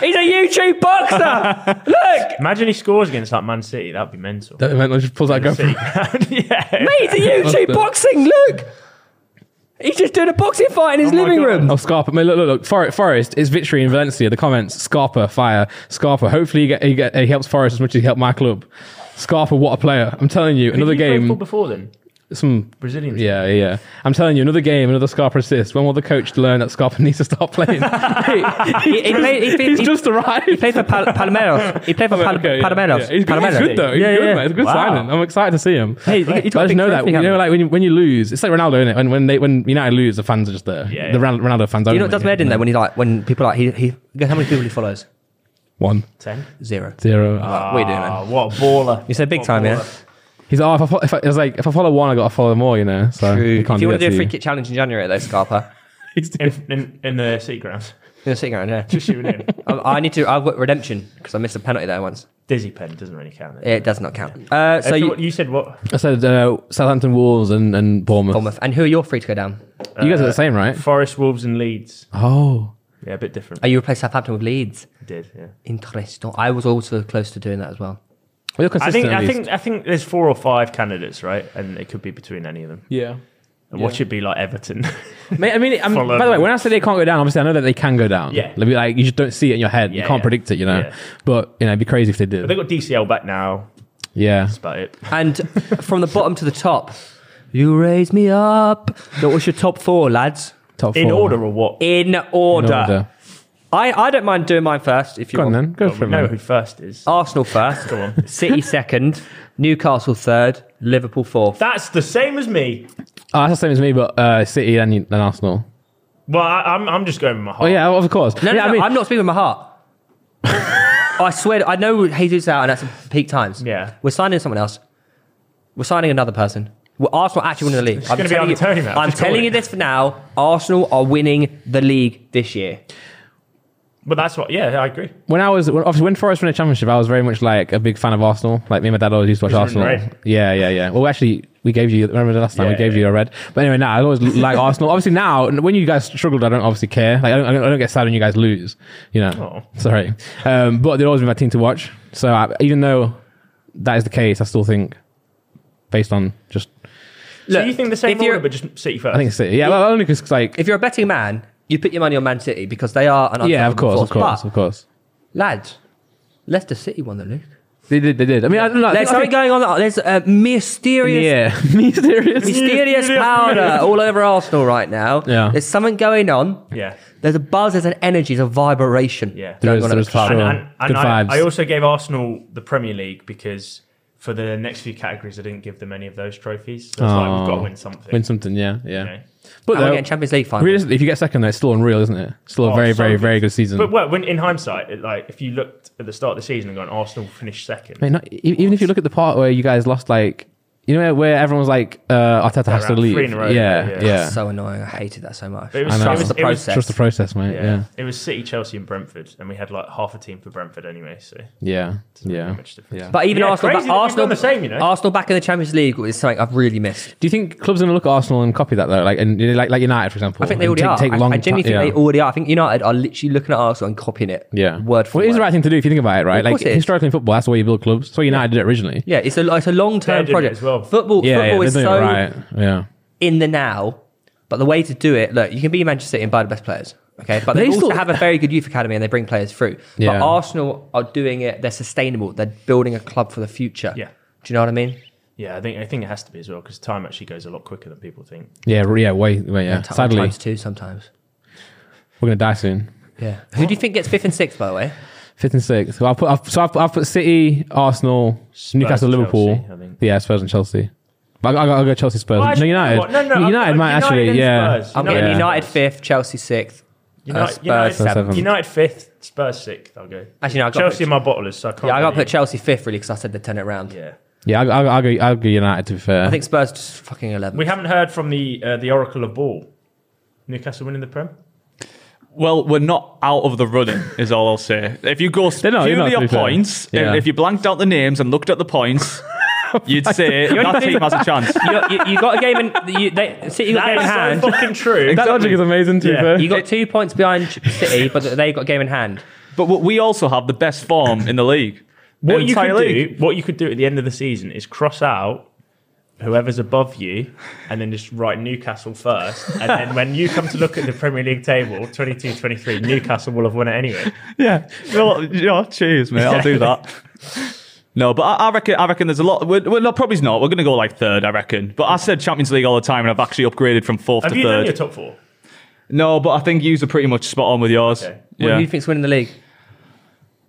he's a YouTube boxer. Look,
Imagine he scores against like Man City. That'd be mental.
that mental just pulls out a
City. [laughs]
[laughs] GoPro.
[laughs]
yeah.
mate, he's
[laughs]
a YouTube boxing. Look, he's just doing a boxing fight in his
Oh my
living
God.
room.
Oh, Scarpa. Mate, look, look, look. Forest, Forest is victory in Valencia. The comments Scarpa, fire. Scarpa. Hopefully, he, get, he, get, he helps Forest as much as he helped my club. Scarpa, what a player. I'm telling you,
Who
another
did you play for
game.
before then.
Some.
Brazilian. team?
Yeah, yeah, yeah. I'm telling you, another game, another Scarpa assist. When will the coach learn that Scarpa [laughs] needs to stop playing?
He, he played, he,
He's
he-
just arrived.
he played for Pal- Palmeiras. He played for Pal-
Okay, yeah.
Palmeiras.
Yeah, he's, good, he's
Palmeiras.
good though. He's
Yeah,
good,
yeah.
man. It's a good
Wow.
signing. I'm excited to see him.
Hey, he- he's got
But I
a
just
big
know that
trophy,
you know,
hasn't
like when you, when you lose, it's like Ronaldo, innit? When when they when United lose, the fans are just there.
Yeah,
the
yeah.
Ron- Ronaldo fans.
You know what
only,
does my head in there when he like when people like he he guess how many people he follows
One
Ten.
zero.
zero.
What are you doing, man?
Ah, what a baller.
You said big
What a
time, yeah. [laughs]
baller.
He's oh, if I, fo- if I, it's like if I follow one, I got to follow more. You know, so
True.
You can't
If you
do
want
that
to do a
to
free
you.
kick challenge in January, though, Scarpa,
In, in, in the
[laughs]
city grounds.
you're sitting around
[laughs]
here.
Just shooting in.
I, I need to. I've got redemption because I missed a penalty there once.
Dizzy pen doesn't really count. Does it?
It does not count. Uh, so
If you-
you,
you said what?
I said uh, Southampton, Wolves, and and Bournemouth.
Bournemouth, and who are your three to go down?
You guys are the same, right?
Forest, Wolves, and Leeds.
Oh,
Yeah, a bit different.
Are you replace Southampton with Leeds?
I did. Yeah.
Interesting. I was also close to doing that as well.
well, you're
I
consistent.
think
at
I
least.
think I think there's four or five candidates, right? And it could be between any of them.
yeah.
And watch it be like
[laughs]
Everton.
Mate, I mean, I'm,
Follow
by the way,
them.
when I say they can't go down, obviously I know that they can go down.
Yeah.
Like, like you just don't see it in your head. you
Yeah,
can't
yeah.
predict it, you know.
Yeah.
But you know, it'd be crazy if they did.
they got DCL back now.
yeah.
That's about it.
And from the bottom to the top, you raise me up. That was your top four, lads.
Top
In
four.
order or what?
In order.
In order.
I, I don't mind doing mine first if you
Go on
want.
then. Go
Well, we
for it.
know
man.
who first is.
Arsenal first,
Go
[laughs]
on.
City second, Newcastle third, Liverpool fourth.
That's the same as me.
Oh, that's the same as me, but uh, City and, and Arsenal.
Well, I, I'm, I'm just going with my
Oh
heart.
yeah, of course.
No, no,
yeah,
no, I am not speaking with my heart. [laughs] I swear, I know Jesus is out and that's peak times.
Yeah.
We're signing someone else. We're signing another person. Well, Arsenal are actually winning the league. I'm
gonna be
telling
on
you,
the Tony map.
I'm
Just call
telling
it.
you this for now. Arsenal are winning the league this year.
But that's what, yeah, I agree.
when I was when, obviously when Forest won the championship, I was very much like a big fan of Arsenal. Like me and my dad always used to watch
Because we're
Arsenal.
in
Yeah, yeah, yeah. Well, actually, we gave you. Remember the last time
Yeah,
we gave
yeah,
you a red. But anyway, now I always like Arsenal. Obviously, now when you guys struggled, I don't obviously care. Like I don't, I don't- I don't get sad when you guys lose. You know, sorry. Um, but they've always been my team to watch. So I, even though that is the case, I still think based on just
so you think the same
if you're-
order, but just City first?
I think City. Yeah, well, only because like
If you're a betting man, you put your money on Man City because they are an
yeah, of
unstoppable
course,
force.
of course,
But,
of course.
lads, Leicester City won the league.
They did. They did. I mean, I don't know. I
There's
think- I
something
think-
going on. There's a mysterious
yeah, [laughs] mysterious.
mysterious powder all over Arsenal right now.
Yeah.
There's something going on.
Yeah.
There's a buzz, there's an energy, there's a vibration.
Yeah.
There is,
going on
there
at
is
the
fire.
club.
Sure.
And, and, and
Good
I,
vibes.
I also gave Arsenal the Premier League because for the next few categories, I didn't give them any of those trophies. So it's like we've got to
Oh.
win something.
Win something, yeah, yeah.
Okay.
But
And we're
though,
getting Champions League final.
realistically, if you get second, though, it's still unreal, isn't it? Still a
Oh,
very,
so
very, very good season.
But well, when, in hindsight, it, like if you looked at the start of the season and gone, Arsenal finished second.
I mean, not, e- even if you look at the part where you guys lost, like, you know, where everyone was like, uh, Arteta has to
around three
leave.
in a row,
yeah,
yeah.
yeah.
So annoying. I hated that so much.
It was-
I know.
it
Trust
was-
the
it was-
process.
Trust the process, mate.
Yeah.
Yeah.
It was City, Chelsea, and Brentford, and we had like half a team for Brentford anyway. So
Yeah. Yeah.
much difference.
But even
Yeah,
Arsenal,
crazy that we've
Arsenal,
done the same, you know?
Arsenal back in the Champions League is something I've really missed.
Do you think clubs are going to look at Arsenal and copy that, though? Like, and, you know, like, like United, for example.
I think they
and
already
take,
are.
Take
I-
long
I, genuinely
ti-
think they already are. I think United are literally looking at Arsenal and copying it.
yeah. yeah.
Word for
well, it
word.
is the right thing to do if you think about it, right?
Of
like
course it is.
historically in football, that's the way you build clubs. That's what United did it originally.
Yeah, it's a it's a long term
They're doing it
project.
as well.
Football
Yeah, yeah,
football
they're
is
doing
so
it right. Yeah,
in the now, but the way to do it, look, you can be Manchester City and buy the best players. Okay, but they,
They
also
still-
have a very good youth academy and they bring players through. But
Yeah.
Arsenal are doing it; they're sustainable. They're building a club for the future.
Yeah.
do you know what I mean?
Yeah, I think I think it has to be as well because time actually goes a lot quicker than people think.
yeah, re- yeah. Way, way, yeah.
T-
Sadly,
times two sometimes.
we're going to die soon.
Yeah. Who do you think gets fifth and sixth? By the
[laughs]
way,
Fifth and sixth. So I'll put I've, so I've, I've put City, Arsenal,
Chelsea,
Newcastle, Liverpool.
I think.
yeah, Spurs and Chelsea. But I, I, I'll go Chelsea, Spurs.
Well,
no,
actually,
United.
what? No, no, I've
United
got
might
United
actually.
and
Yeah.
Spurs.
I'm
No,
getting
yeah.
United fifth, Chelsea sixth.
United,
Spurs
United,
seventh.
United fifth, Spurs sixth. I'll go.
Actually, no, I got
Chelsea
put-
are my bottlers, so I can't.
Yeah, I got to
really-
put Chelsea fifth really because I said they'd turn it around.
Yeah,
Yeah, I'll, I'll, I'll, go, I'll go United to be fair.
I think Spurs just fucking eleven.
we haven't heard from the uh, the Oracle of Ball. Newcastle winning the Prem.
Well, we're not out of the running, is all I'll say. If you go
not, [laughs] they're
purely
not, to
on
be fair.
points,
Yeah.
and if you blanked out the names and looked at
[laughs]
the points, you'd say that team has a chance.
you, you, you got a game in you, they, City got a game in
That is
hand.
so
[laughs]
fucking true.
that logic is amazing to be
Yeah.
fair. [laughs]
You
[laughs]
got two points behind City, but they got a game in hand.
But what we also have the best form in the league.
what
The
you
entire
could
league.
do, what you could do at the end of the season is cross out whoever's above you, and then just write Newcastle first. And then when you come to look at the Premier League table, 22-23, Newcastle will have won it anyway.
Yeah. [laughs] Well, yeah, cheers, mate. I'll do that. No, but I, I reckon I reckon there's a lot. We're, we're not, probably not. We're going to go like third, I reckon. But I said Champions League all the time, and I've actually upgraded from fourth
Have
to
you done
third.
your top four?
no, but I think yous are pretty much spot on with yours.
Okay.
What
Yeah.
do you think's winning the league?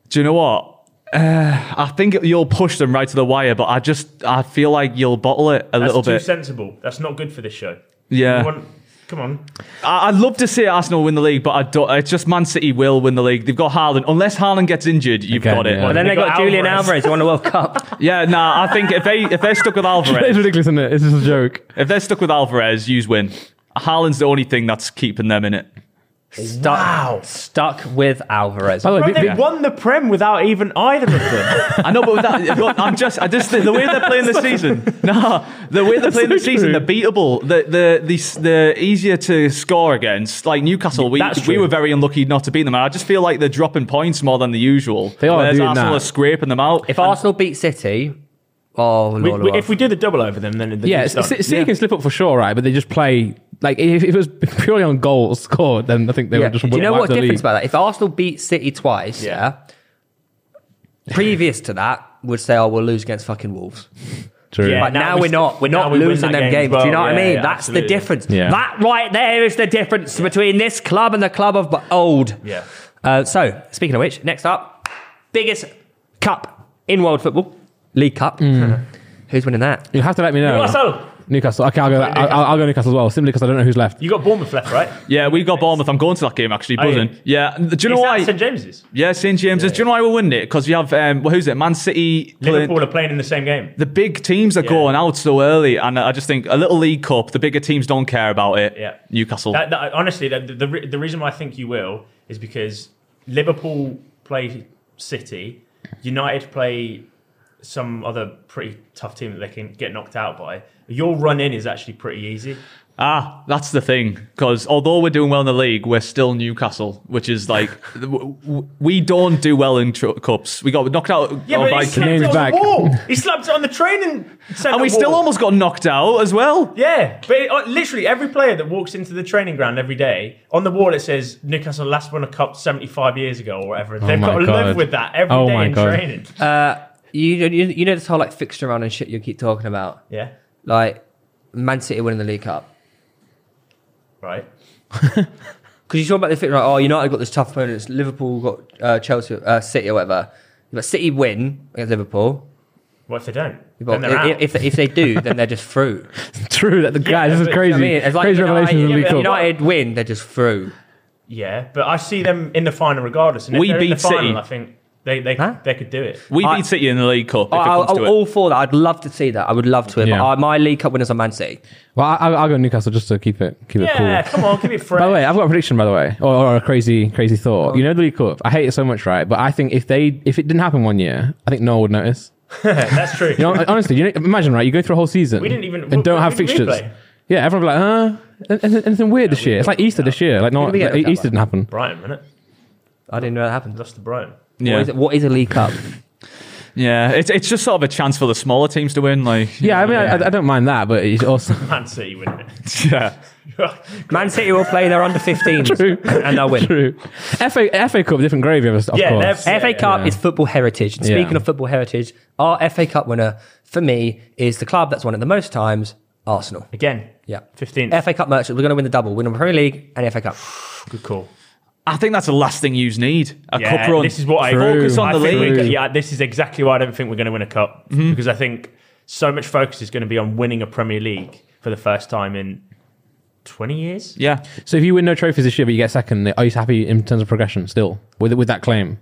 Do you know what? Uh, I think you'll push them right to the wire, but I just I feel like you'll bottle it a
That's
little
too
bit.
sensible. That's not good for this show.
Yeah.
You want- come on.
I, I'd love to see Arsenal win the league, but I don't. It's just Man City will win the league. They've got Haaland. Unless Haaland gets injured, you've
Again,
got it.
yeah.
But then they
They
got,
got
Julian Alvarez
Alvarez.
who won the World
[laughs]
Cup.
Yeah, nah. I think if they if they're stuck with
it's
Alvarez,
ridiculous, isn't it? It's just a joke.
if they're stuck with Alvarez, yous win. Haaland's the only thing that's keeping them in it.
Stuck, stuck with Alvarez.
By the way,
Bro,
be-
they
be-
won the Prem without even either of
[laughs]
them.
I know, but, with that, but I'm just, I just the way they're playing the season. [laughs] Nah, the way they're playing the season, they're beatable. The the the the easier to score against. Like Newcastle, we
That's
we
true.
were very unlucky not to beat them. And I just feel like they're dropping points more than the usual.
They are
whereas
doing
Arsenal
that.
are scraping them out.
if Arsenal beat City, oh lord,
we,
lord,
we,
lord.
if we do the double over them, then the
yeah,
game's done.
C- City can slip up for sure, right? But they just play. Like, if, if it was purely on goals [laughs] scored, then I think they
Yeah.
would just
Do you know
wipe
what's
the
difference
league.
about that? If Arsenal beat City twice, yeah. previous to that, would say, "Oh, we'll lose against fucking Wolves."
True.
Yeah.
But
now
now,
we
we're
st-
not. We're
now
not
we win
losing
that
them
game
games.
as well.
Do you know what I
Yeah,
mean?
yeah,
That's the
absolutely.
difference.
Yeah.
That right there is the difference between this club and the club of b- old.
Yeah.
Uh, so, speaking of which, next up, biggest cup in world football, League Cup. [laughs] Who's winning that?
You have to let me know.
Newcastle.
Newcastle. Okay, I'll go. I'll, I'll, I'll go Newcastle as well, simply because I don't know who's left.
You got Bournemouth left,
[laughs]
right?
Yeah, we got Bournemouth. I'm going to that game actually.
Are you?
Buzzing. Yeah. Do you know
Is that
why?
St James's?
Yeah, St James's. Do you know why we're winning it? Because we have um, well, who's it? Man City. playing-
Liverpool are playing in the same game.
the big teams are going out so early, and I just think a little League Cup, the bigger teams don't care about it.
Yeah.
Newcastle.
That, that, honestly, the, the, re- the reason why I think you will is because Liverpool play City, United play some other pretty tough team that they can get knocked out by. Your run in is actually pretty easy.
ah, that's the thing. Because although we're doing well in the league, we're still Newcastle, which is
[laughs]
like w- w- we don't do well in tr- cups. We got knocked out on by-
he slapped
name's
it on
Oh, back.
the
[laughs]
wall. He slapped it on the training centre.
and we still
wall.
almost got knocked out as well.
Yeah, but it, uh, literally every player that walks into the training ground every day on the wall it says Newcastle last won a cup seventy five years ago or whatever. They've
Oh my
got to
God.
live with that every day
Oh my
in
God.
training.
Uh, You, you you know this whole like fixture round and shit you keep talking about.
yeah,
Like Man City winning the League Cup.
right.
Because you talk about the fixture, like, oh, United got this tough opponents. Liverpool got uh, Chelsea, uh, City, or whatever. But City win against Liverpool.
What if they don't?
But
Then they're out.
if, if, they- if they do, then they're just [laughs] through.
[laughs] True. That the guy. This is
but-
crazy.
I mean, it's like
crazy
United,
revelations in the
yeah,
League
but
Cup.
United win, they're just through.
yeah, but I see them in the final regardless. And if
We
they're in the
beat City.
final, I think they they,
Huh?
they could do it.
We
I-
beat City in the League Cup. If
I,
it comes
I,
to
am
it.
all for that. I'd love to see that. I would love to. it.
Yeah.
But, uh, my League Cup winners are Man City.
Well, I, I'll go Newcastle just to keep it keep it cool.
Yeah, come on,
[laughs]
give it fresh.
By the way, I've got a prediction. By the way, or, or a crazy, crazy thought. You know the League Cup. I hate it so much, right? But I think if they, if it didn't happen one year, I think no one would notice.
That's
[laughs]
true.
You know, honestly, you know, imagine right? You go through a whole season.
We didn't even-
and don't
we-
have
we didn't
fixtures.
replay.
Yeah, everyone would be like, huh? Anything, anything weird this year? It's like Easter this year. Like, not
we get
like,
that
Easter
one?
didn't happen.
Brighton, innit?
I didn't know that happened.
Lost to Brighton.
What,
yeah,
is it, what is a League Cup?
yeah. It's it's just sort of a chance for the smaller teams to win. Like,
Yeah, I mean, I, I don't mind that, but it's also [laughs]
Man City winning it.
[laughs] yeah.
Man City will play their under 15s
True.
and they'll win.
true. FA FA Cup, different gravy, of of
Yeah,
course.
they're-
FA Cup is football heritage. And
Yeah.
speaking of football heritage, our FA Cup winner for me is the club that's won it the most times, Arsenal.
Again,
Yeah.
fifteenth.
FA Cup merchant. We're going to win the double. We're going to Premier League and FA Cup.
Good call.
I think that's the last thing yous need. A
Yeah,
cup run.
This is what I
focus on
I
the
think
league.
we- yeah, this is exactly why I don't think we're going to win a cup because I think so much focus is going to be on winning a Premier League for the first time in twenty years.
Yeah.
So if you win no trophies this year, but you get second, are you happy in terms of progression still with with that claim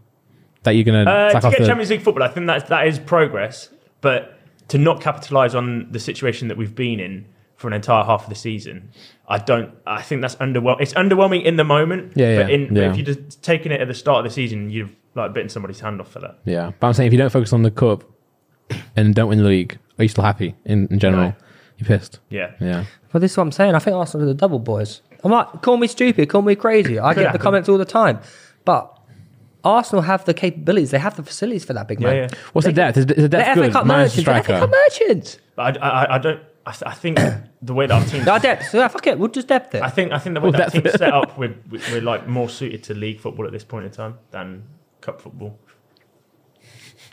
that you're going
Uh,
sack
to
off
get
the-
Champions League football, I think that that is progress, but to not capitalise on the situation that we've been in for an entire half of the season, I don't. I think that's underwhelming. It's underwhelming in the moment.
Yeah,
but
yeah,
in, But
yeah.
if you're just taking it at the start of the season, you've like bitten somebody's hand off for that.
Yeah, but I'm saying if you don't focus on the cup and don't win the league, are you still happy in, in general?
No.
You're pissed.
Yeah.
Yeah.
Well, this is what I'm saying. I think Arsenal are the double boys. I might call me stupid, call me crazy. I get the
happen.
comments all the time, but Arsenal have the capabilities. They have the facilities for that big
Yeah,
man.
yeah.
What's the depth? Is, is the
They're
depth
FA
good?
Cup
Minus the
merchants. They're FA Cup
striker.
merchants.
But I, I, I don't. I, th- I think the way that our team.
[coughs] No, depth. So, yeah, fuck it. We'll just depth it.
I think I think the way that
that's
team's
it.
set up, we're, we're like more suited to league football at this point in time than cup football.
[laughs]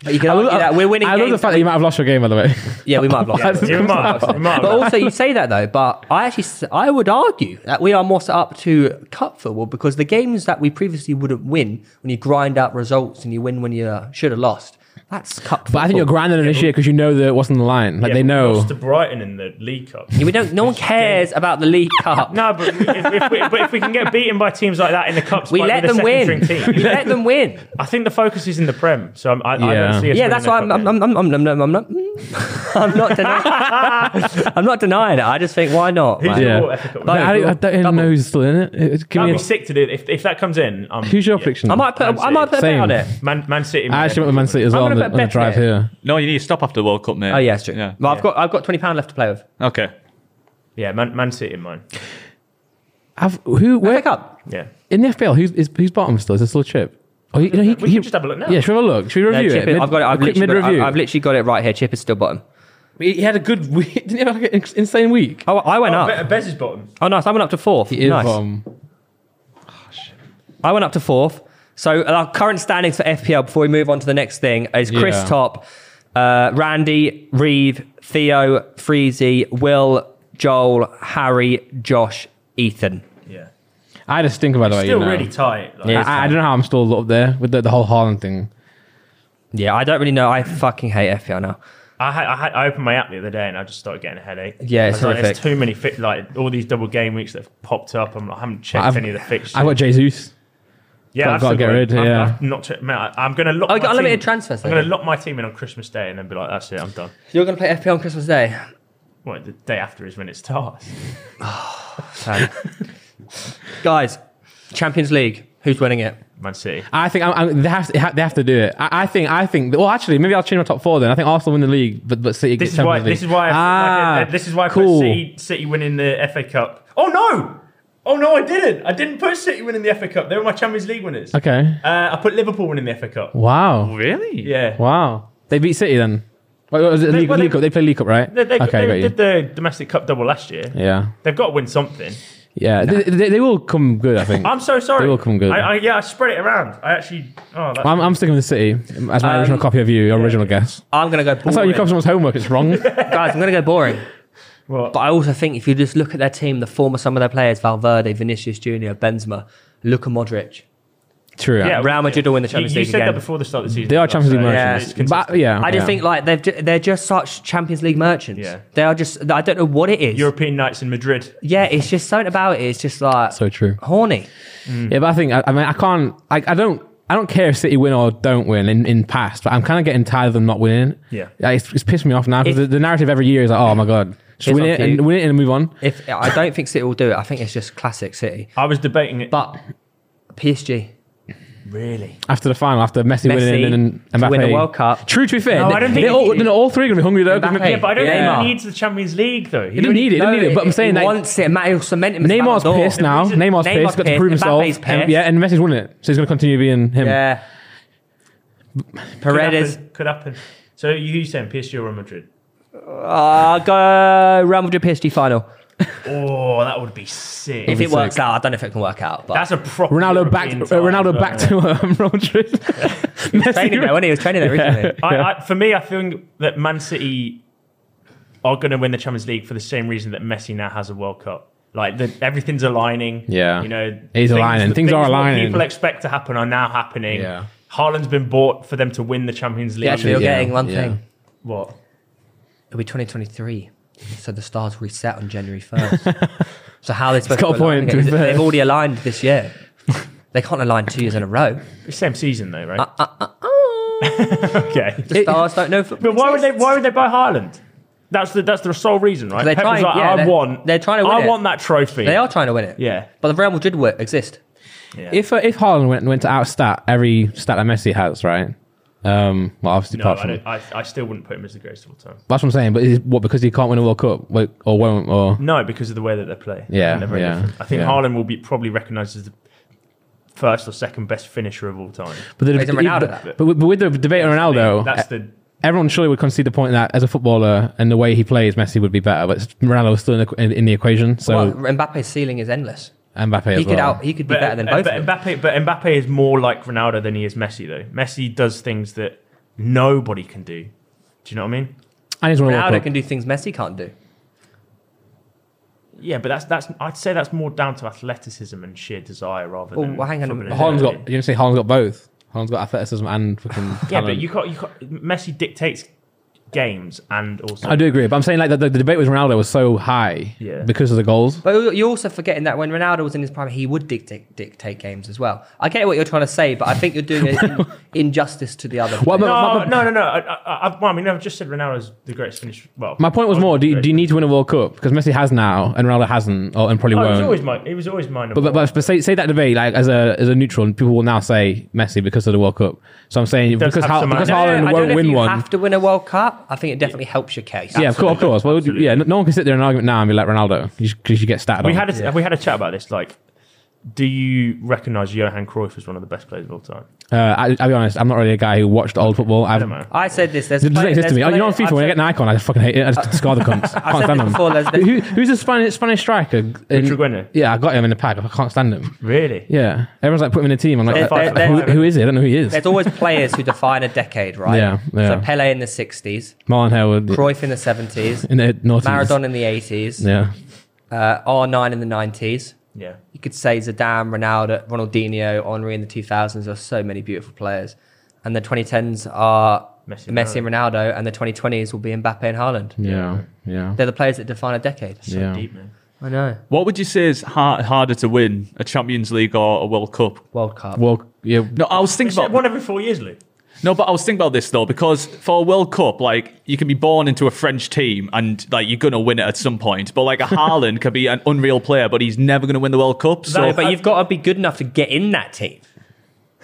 But you can argue that we're winning.
I love the
games.
fact that you might have lost your game, by the way.
yeah, we might have lost.
Yeah,
it.
[laughs]
you might, you might.
But also, you say that though. But I actually, s- I would argue that we are more set up to cup football because the games that we previously wouldn't win, when you grind out results and you win when you uh, should have lost, that's cup.
But I think you're grinding on this year because you know that what's on the line. Like
Yeah,
they
but we
know.
lost to Brighton in the league cup.
We don't. No one cares about the League Cup.
[laughs] No, but if, if we, but if we can get beaten by teams like that in the cups,
we
like,
let
with a
them win.
second string
[laughs] We
Team,
let them
[laughs]
win.
I think the focus is in the prem, so I'm, I, I
Yeah.
don't see us.
Yeah,
winning
that's
the
why
cup
I'm. I'm.
game.
I'm. I'm. I'm, I'm, I'm, not- I'm not denying.
[laughs]
[laughs] I'm not denying it. I just think why not?
Who's
man?
your
Yeah.
ethical-
Like, I, I don't even
Double.
know who's still in it. It's- give
I'd
me
be
a-
sick to do it if, if that comes in. Um,
who's your
yeah.
prediction?
I might put.
Man
I might put a bet
Same.
on it.
Man, Man City.
I actually went with Man City as
I'm
well on
gonna put
the, on the
Bethlehem.
drive here.
No, you need to stop after the World Cup, mate.
Oh yeah, it's true.
Yeah.
Well, I've got. I've got twenty pound left to play with.
Okay.
Yeah, Man, Man City in mine.
Have, who? Where?
Pick up.
Yeah,
In the FPL, who's is, who's bottom still? Is it still Chip? Oh, he, no, he,
We
he-
can just have a look now.
Yeah, should we have a look? Should we
Yeah,
review
Chip
it?
is-
Mid-
I've got it. I've
a quick
literally, got it
mid-review.
I- I've literally got it right here. Chip is still bottom.
He he had a good [laughs] week. Didn't he have like an ex- insane week?
Oh, I went
Oh,
up.
Be- Bez is bottom.
Oh, nice. I went up to fourth.
He is
nice.
um,
I went up to fourth. So our current standings for FPL before we move on to the next thing is Chris
Yeah.
Top, uh, Randy, Reeve, Theo, Freezy, Will, Joel, Harry, Josh, Ethan.
Yeah,
I had a stinker by the way.
still
Oh, you know.
really tight. Like,
Yeah.
I, I don't know how I'm still up there with the, the whole Haaland thing.
Yeah, I don't really know. I fucking hate FPL now.
I had, I had I opened my app the other day and I just started getting a headache.
Yeah, it's
I was like, There's
horrific.
too many fi- like all these double game weeks that have popped up. I'm, I haven't checked
I've-
any of the fixtures.
I got Jesus.
yeah,
got-
I've
got to
still
get rid,
I'm,
yeah.
I've not checked. Man, I, am gonna lock.
Oh, you
my
got unlimited
team-
transfers,
I'm gonna
then.
lock my team in on Christmas Day and then be like, that's it, I'm done.
You're going to play FPL on Christmas Day?
Well, the day after is when it starts.
[laughs] Sad. Guys, Champions League. Who's winning it?
Man City.
I think I'm, I'm, they, have to, ha- they have to do it. I, I think. I think. Well, actually, maybe I'll change my top four then. I think Arsenal win the league, but but City.
This
get
is why.
Champions League.
This is why. I,
Ah,
I- this is why I
cool.
put City, City winning the FA Cup. Oh no! Oh no! I didn't. I didn't put City winning the FA Cup. They were my Champions League winners.
Okay.
Uh, I put Liverpool winning the FA Cup.
Wow.
Really?
Yeah.
Wow. They beat City then. Wait, what was it?
They-
league,
well,
league
they-
cup. They play league cup, right?
They, they, they
okay, got
did
you.
the domestic cup double last year.
Yeah.
They've got to win something.
Yeah. They, they, they will come good. I think.
I'm so sorry.
They will come good.
I, I, yeah, I spread it around. I actually. Oh, that's,
I'm, I'm sticking with City as my
Um,
original copy of you, your original guess.
I'm going to go boring.
That's how you copy someone's homework. It's
[laughs]
wrong.
Guys, I'm going to go boring.
What?
But I also think if you just look at their team, the form of some of their players, Valverde, Vinicius Jr., Benzema, Luka Modric,
True.
yeah,
Real Madrid will win the Champions
you, you
League
said
again.
that before the start of the season.
They are
That's
Champions League
right.
Yeah,
merchants.
it's consistent.
But, yeah.
I just
yeah.
think like they've ju- they're just such Champions League merchants.
Yeah.
They are just I don't know what it is.
European nights in Madrid.
yeah, it's just something about it. It's just like
so true.
horny.
Yeah, but I think I, I mean I can't. I, I don't. I don't care if City win or don't win in, in past, but I'm kind of getting tired of them not winning.
Yeah.
Like, it's, it's pissed me off now because
It-
the, the narrative every year is like, oh my god, just
It's
win
not
it
cute.
and win it and move on.
If I don't think City will do it, I think it's just classic City.
I was debating it.
But PSG,
really?
After the final, after Messi,
Messi
winning and, and
to
Mbappe
win the World Cup.
True, to be fair,
No,
they,
I don't think
they
it-
all, they're all three are gonna be hungry though. 'cause
Mbappe.
Yeah, but I don't
Neymar.
think he needs the Champions League though. He
He don't need it. He don't
No,
need it. But I'm saying
he
like,
wants it. Matt, he'll cement himself.
Neymar's
out the door.
pissed now.
reason-
Neymar's
Neymar's, pissed. Got to
pissed,
prove himself.
Mbappe's
And, yeah,
pissed.
and Messi's won it, so he's gonna continue being him.
Yeah.
could
Paredes.
happen, could happen. So you saying PSG or Real Madrid?
Uh, go Real Madrid PSG final.
Oh, that would be sick.
If it
sick.
works out, I don't know if it can work out. But
That's a proper
Ronaldo back.
European
Uh,
time,
Ronaldo
but-
back to um, [laughs] Real Madrid.
training there,
Messi,
wasn't he? He was training there recently.
[laughs]
I, I, for me, I think that Man City are going to win the Champions League for the same reason that Messi now has a World Cup. Like the, everything's aligning.
Yeah.
you know,
It is aligning.
the
Things are
what
aligning.
People expect to happen are now happening.
Yeah.
Haaland's been bought for them to win the Champions League.
Yeah, actually, you're
Yeah,
getting one
yeah.
thing.
what?
It'll be 2023. So the stars reset on January
[laughs]
1st. so how are they supposed
got
to
a point,
align
to
it?
be fair.
They've already aligned this year. They can't align two years in a row.
Same season though, right?
Uh, uh, uh, uh.
[laughs] okay.
The stars don't know football.
But why would they? Why would they buy Haaland? That's the that's the sole reason, right?
They're
Pep was
trying-
like,
yeah,
I
they're-
want.
they're trying to win
I
it.
want that trophy.
They are trying to win it.
Yeah.
But the Real Madrid work exist.
if uh, if Haaland went went to outstat every stat that Messi has, right? Um, well, obviously,
No,
apart
I,
from
don't, I, I still wouldn't put him as the greatest of all time.
that's what I'm saying. But is, what because he can't win a World Cup, like, or won't, or
No, because of the way that they play.
Yeah,
And they're very
yeah,
different. I think
yeah.
Haaland will be probably recognised as the first or second best finisher of all time.
but, the,
Isn't Ronaldo that?
but, but with- but with the debate on Ronaldo,
That's
e-
the
everyone surely would concede the point that as a footballer and the way he plays, Messi would be better. But Ronaldo was still in the, in, in the equation, so
Well, Mbappe's ceiling is endless.
Mbappe as
He could
well.
out. He could be better than
but,
both.
but
of them.
Mbappe, but Mbappe is more like Ronaldo than he is Messi, though. Messi does things that nobody can do. Do you know what I mean?
and he's won a World
Ronaldo
Cup.
can do things Messi can't do.
Yeah, but that's that's. I'd say that's more down to athleticism and sheer desire rather
Well,
than.
Oh, well, hang on a
football
minute.
Haaland's got.
ability.
You didn't say Haaland's got both. Haaland's got athleticism and fucking
Yeah,
talent.
but you can't, you can't. Messi dictates games and also.
I do agree, but I'm saying like the, the debate with Ronaldo was so high
Yeah.
because of the goals.
But you're- you're also forgetting that when Ronaldo was in his prime, he would dictate, dictate games as well. I get what you're trying to say, but I think you're doing
[laughs]
it in, injustice to the other.
What
players.
about-
No,
My-
no, no, no. I, I, I, well, I mean, I've just said Ronaldo's the greatest finisher. Well,
My point was more: do you, do you need to win a World Cup? Because Messi has now, and Ronaldo hasn't, or, and probably
Oh, it was
won't.
always my. It was always my.
um, but but, but, but say, say that debate like as a as a neutral, and people will now say Messi because of the World Cup. So I'm saying
does
because
have
how,
some
because
idea.
I
Haaland
don't know
won't
if
win
you
one.
have to win a World Cup. I think it definitely helps your case.
yeah, of course, of course. Well,
Absolutely.
yeah, no, no one can sit there and argue now and be like Ronaldo. You should, 'cause you get statted.
we
on.
had a, we had a chat about this. Like, do you recognise Johan Cruyff as one of the best players of all time?
Uh, I, I'll be honest. I'm not really a guy who watched old football. I've,
don't know.
I said this. There's
It doesn't
plenty-
exist to me. Oh,
there's
You know, on
plenty-
FIFA, when I
I've
get an icon, I just fucking hate it. I just
[laughs]
discard the cunts. I can't
said
stand
it
them.
before, there's- there's-
Who, who's the Spanish, Spanish striker? In-
Utrigueño.
Yeah, I got him in the pack. I can't stand him.
Really?
Yeah. Everyone's like, put him in a team. I'm like, uh,
There- there-
who,
there-
who is he? I don't know who he is.
There's always players who define a decade, right?
Yeah,
So
yeah.
Pele in the 60s,
Marlon Howard.
Cruyff in the 70s,
In the noughties.
Maradona in the 80s,
Yeah.
uh, R9 in the 90s.
Yeah.
You could say Zidane, Ronaldo, Ronaldinho, Henri in the 2000s. There are so many beautiful players. And the 2010s are
Messi,
the Messi and Ronaldo, and the 2020s will be Mbappe and Haaland.
Yeah, yeah,
They're the players that define a decade.
so
yeah.
deep, man.
I know.
What would you say is har harder to win, a Champions League or a World Cup?
World Cup.
Well, yeah,
No, I was thinking
It's like
about
one every four years, Luke.
no, but I was thinking about this though because for a World Cup, like you can be born into a French team and like you're gonna win it at some point. But like a Haaland could be an unreal player, but he's never gonna win the World Cup. So
no, but you've got to be good enough to get in that team.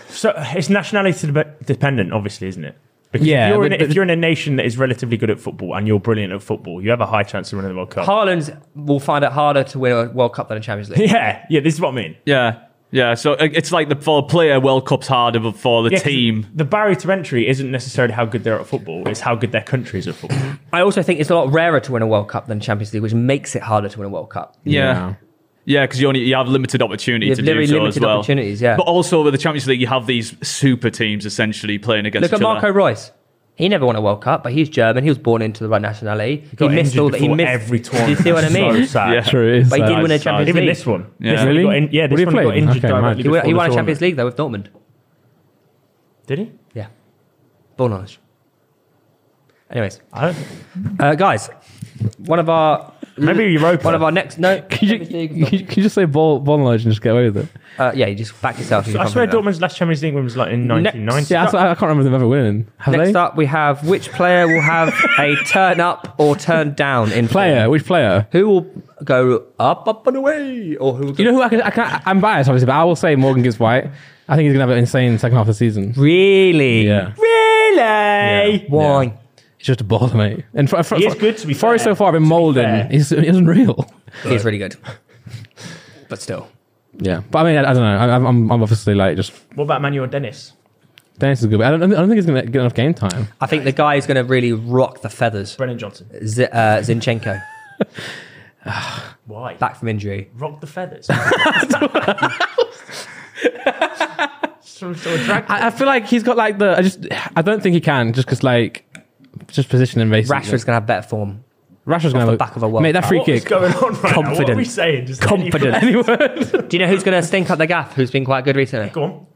So it's nationality dep- dependent, obviously, isn't it? Because
Yeah,
if you're, in,
but-
a- if you're in a nation that is relatively good at football and you're brilliant at football, you have a high chance of winning the World Cup.
Haaland will find it harder to win a World Cup than a Champions
[laughs]
League.
Yeah, yeah, this is what I mean.
yeah, yeah. So uh, it's like the for a player World Cup's harder but for the
Yeah, 'cause
team.
The barrier to entry isn't necessarily how good they're at football, it's how good their countries at football.
I also think it's a lot rarer to win a World Cup than Champions League, which makes it harder to win a World Cup.
Yeah. Yeah, because you only you have limited opportunity
You have
to
very
do so
limited
as well.
opportunities, yeah.
But also with the Champions League, you have these super teams essentially playing against
Look at
each
Marco
other.
Reus. He never won a World Cup, but he's German. He was born into the right nationality. He,
got
missed
injured
all that. He
before
missed
every tournament.
Do [laughs] you see what I mean?
So sad.
Yeah.
True, it is.
But he
uh,
did win a
sad.
Champions
Even
League.
this one.
Yeah.
This one he
Really?
got in- yeah,
What
this
are you
one he got
playing?
injured
Okay, mad.
directly
He
He
won,
before
he
the
won a
tournament.
Champions League though with Dortmund.
Did he?
Yeah, ball knowledge. Anyways,
I don't,
uh, guys, one of our
maybe Europa.
one of our next
[laughs]
no.
Can you,
Champions League
you,
with
you can you just say ball, ball knowledge and just get away with it?
Dortmund. uh, yeah, you just back yourself. if you're
I swear
confident
Dortmund's last Champions League win was like in 1990.
Yeah, that's, I can't remember them ever winning. Have
now. Next
they?
up, we have which player will have a turn up or turn down in
player,
form?
which player?
Who will go up, up and away, or who will go
You know who I can, I can I'm biased obviously, but I will say Morgan Gibbs White. I think he's gonna have an insane second half of the season.
Really?
Yeah.
Really? Why?
He's just a baller, mate. And for, for,
He is
for-
good, to be
Forest
fair.
so far have been
fair.
moulding. He's, he's unreal.
He's really good. but still.
Yeah, but I mean, I, I don't know. I, I'm- I'm, I'm obviously like just
What about Manuel Dennis?
Dennis is good, but I don't, I don't think he's gonna get enough game time.
I think the guy who's going to really rock the feathers,
Brennan Johnson.
Z- uh, Zinchenko,
Why?
back from injury.
Rock
[laughs]
the feathers. Some sort of drag-
I, I feel like he's got like the. I just I don't think he can just because like just positioning basically.
Rashford's going to have better form.
Rashford's gonna
the
have a-
back of a world
mate. That free
What is
kick.
going on right now? What are we
Confident.
saying? Just
Confident. Do you know who's going to stink up the gaff, who's been quite good recently?
Go on.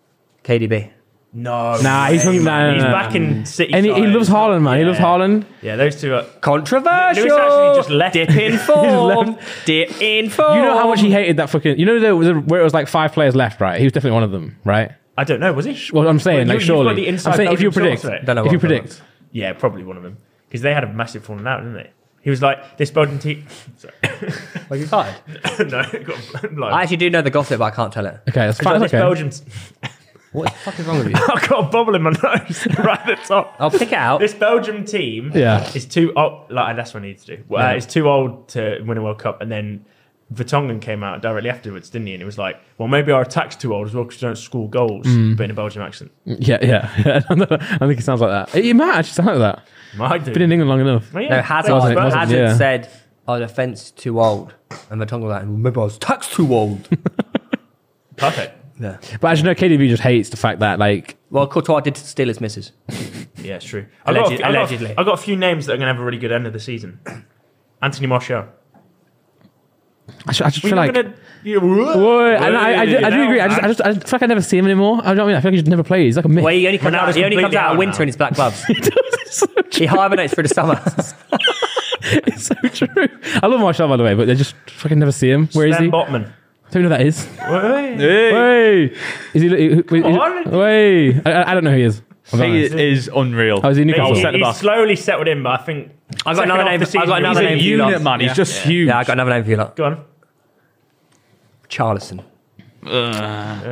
KDB.
No.
Nah, he's
way,
from- nah,
man.
nah,
He's
nah,
back in City.
And he, he
side.
loves Haaland, man. He loves
Yeah.
Haaland.
Yeah, those two are.
Controversial.
Lewis actually just left. [laughs]
Dip in form. Dip in form.
You know how much
Oh.
he hated that fucking. You know there was a, where it was like five players left, right? He was definitely one of them, right?
I don't know, was he?
Well, I'm saying
Well,
like
you- you've got
surely.
the
I'm
inside
saying if you
Belgium
predict,
source, right?
Don't know
if you
what-
predict,
Yeah, probably one of them. Because they had a massive falling out, didn't they? He was like, this Belgian team. [laughs] Sorry.
Well, you started.
no, it got [laughs] blown.
I actually do know the gossip, but I can't tell it.
okay, that's
It's like
fine.
this
That's okay.
[laughs] Belgian.
What the fuck is
[laughs]
wrong with you?
I've got a bubble in my nose [laughs] right at the
Oh,
top.
I'll pick it out.
This Belgium team
Yeah.
is too old. Like that's what I need to do. Uh,
Yeah.
It's too old to win a World Cup, and then Vertonghen came out directly afterwards, didn't he? And it was like, well, maybe our attack's too old as well because we don't score goals,
Mm.
but in a Belgian accent.
Yeah, yeah. [laughs] I think it sounds like that. It might actually sound like that.
Might do.
Been in England long enough.
Well, yeah,
No,
thanks,
Hazard,
Wasn't it?
Spurs.
Wasn't
Hazard
yeah.
said, "Oh, the fence too old," and Vertonghen was like, "Maybe I was taxed too
[laughs]
old."
Perfect.
yeah.
But actually, no. KDB just hates the fact that like
Well, Courtois did steal his misses.
Yeah, it's true.
Alleged-
I got a few- I got a-
allegedly.
I got a few names that are going to have a really good end of the season. [clears throat] Anthony Martial.
I just, I just
We're
feel
not
like.
going to.
Whoa, and I, I, I, do, I do
Now,
agree. I just, I just, I just feel like I never see him anymore. I don't know what I mean. I feel like he just never plays. He's like a myth.
Well,
[laughs]
he only comes
Ronaldo's
out, he only comes
completely
out
out
of winter
now.
in his black gloves. he hibernates through the summer. [laughs]
It's so true. I love Marshall, by the way, but they just fucking never see him. Where is
Sven
he?
Botman.
Tell me who that is.
Hey.
Hey, is he? Who, who,
on.
Hey, I, I- I don't know who he is. I'll be
He
honest.
is unreal.
Oh, is he
He,
Newcastle?
He's centre
he
back.
slowly settled in, but I think
I got another name. I got another
He's a
name. for you
unit,
lot.
man. He's just huge.
Yeah, I got another name for you. Lot.
Go on.
Charlison.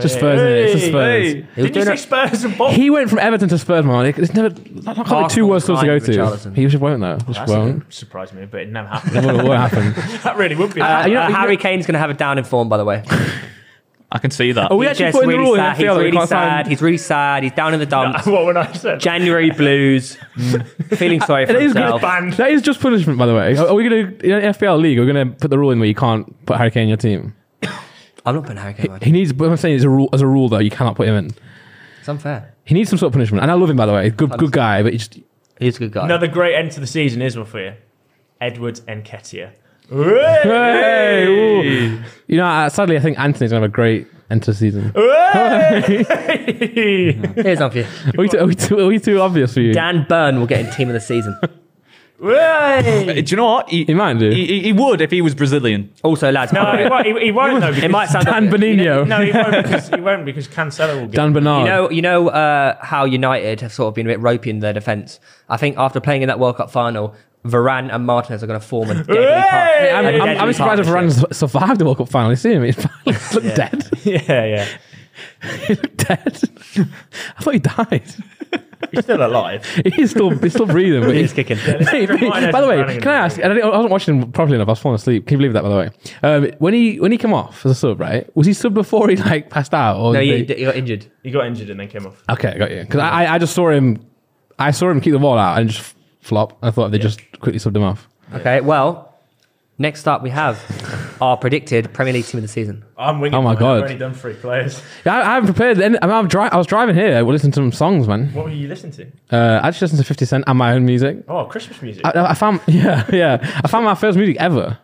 just Spurs. isn't it? It's just Spurs.
Hey.
He was
Did you
doing
say
it-
Spurs and Botman?
He went from Everton to Spurs, man. It's never. I can't be two
Arsenal
worse clubs to go
signed
to.
Richarlison.
He just won't though. Just
That
won't.
surprise me, but it never
[laughs]
It
happened.
won't, it won't
[laughs]
happen.
that really would be.
Uh,
you know-
uh,
you know-
Harry Kane's going to have a down in form, by the way.
I can see that.
Are we actually
Just
putting the
really
rule in
sad. He's
FPL that we
really
can't sign-
sad. He's really sad. He's down in the
[laughs]
dumps.
[laughs] what would I say?
January blues. Feeling sorry for
It is good.
himself.
Banned.
That is just punishment, by the way. Are are we going to in an FPL league? We're going to put the rule in where you can't put Harry Kane in your team.
I'm not putting Harry Kane. on.
He needs. But I'm saying as a rule, as a rule though, you cannot put him in.
It's unfair.
He needs some sort of punishment. And I love him, by the way. Good, good guy. But he just
He's a good guy.
Another great end to the season is one for you, Edwards and
[laughs]
Ketia.
Hey, ooh. you know, uh, sadly, I think Anthony's gonna have a great enter season.
Hey!
Here's one for
[laughs]
you.
Are we, too, are, we too, are we too obvious for you?
Dan Byrne will get in team of the
[laughs]
season.
Hey!
Do you know what?
He might do.
He, he- he would if he was Brazilian.
Also, lads,
No,
by
he
the way,
won't, he, he won't though. Because,
it might sound
[laughs] Dan Benigno.
No, he won't
[laughs]
because he won't because Cancelo will get.
Dan Bernard.
You know, you know uh, how United have sort of been a bit ropey in their defence. I think after playing in that World Cup final, Varane and Martinez are going to form a deadly par-
Hey!
a
I'm, I'm,
deadly
I'm surprised if Varane
partnership.
su- survived the World Cup final. You see him? [laughs] He's looked dead. [laughs]
[laughs]
Yeah, yeah.
He looked dead. [laughs] I thought he died. [laughs]
He's still alive.
He's still, he's still breathing.
[laughs]
But
He's kicking. [laughs]
[laughs]
Hey,
Martinez
by the
is
way,
running
can I
in the
ask? and I, didn't- I wasn't watching him properly enough. I was falling asleep. Can you believe that? By the way, um, when he when he came off as a sub, right? Was he sub before he like passed out? Or
No,
did
he,
they-
he got injured.
He got injured and then came off.
Okay, I got you. Because I, I I just saw him. I saw him keep the ball out and just f- flop. I thought they just quickly subbed him off.
Okay, well, next up we have our predicted Premier League team of the season.
I'm winging.
Oh my
mine.
God.
I've already done three players.
Yeah, I, I haven't prepared. Any, I, mean, I'm dri- I was driving here. I listened to some songs, man.
What were you listening to?
Uh, I just listened to 50 Cent and my own music.
Oh, Christmas
Uh,
music.
I, I found [laughs] yeah yeah. I found my first music ever.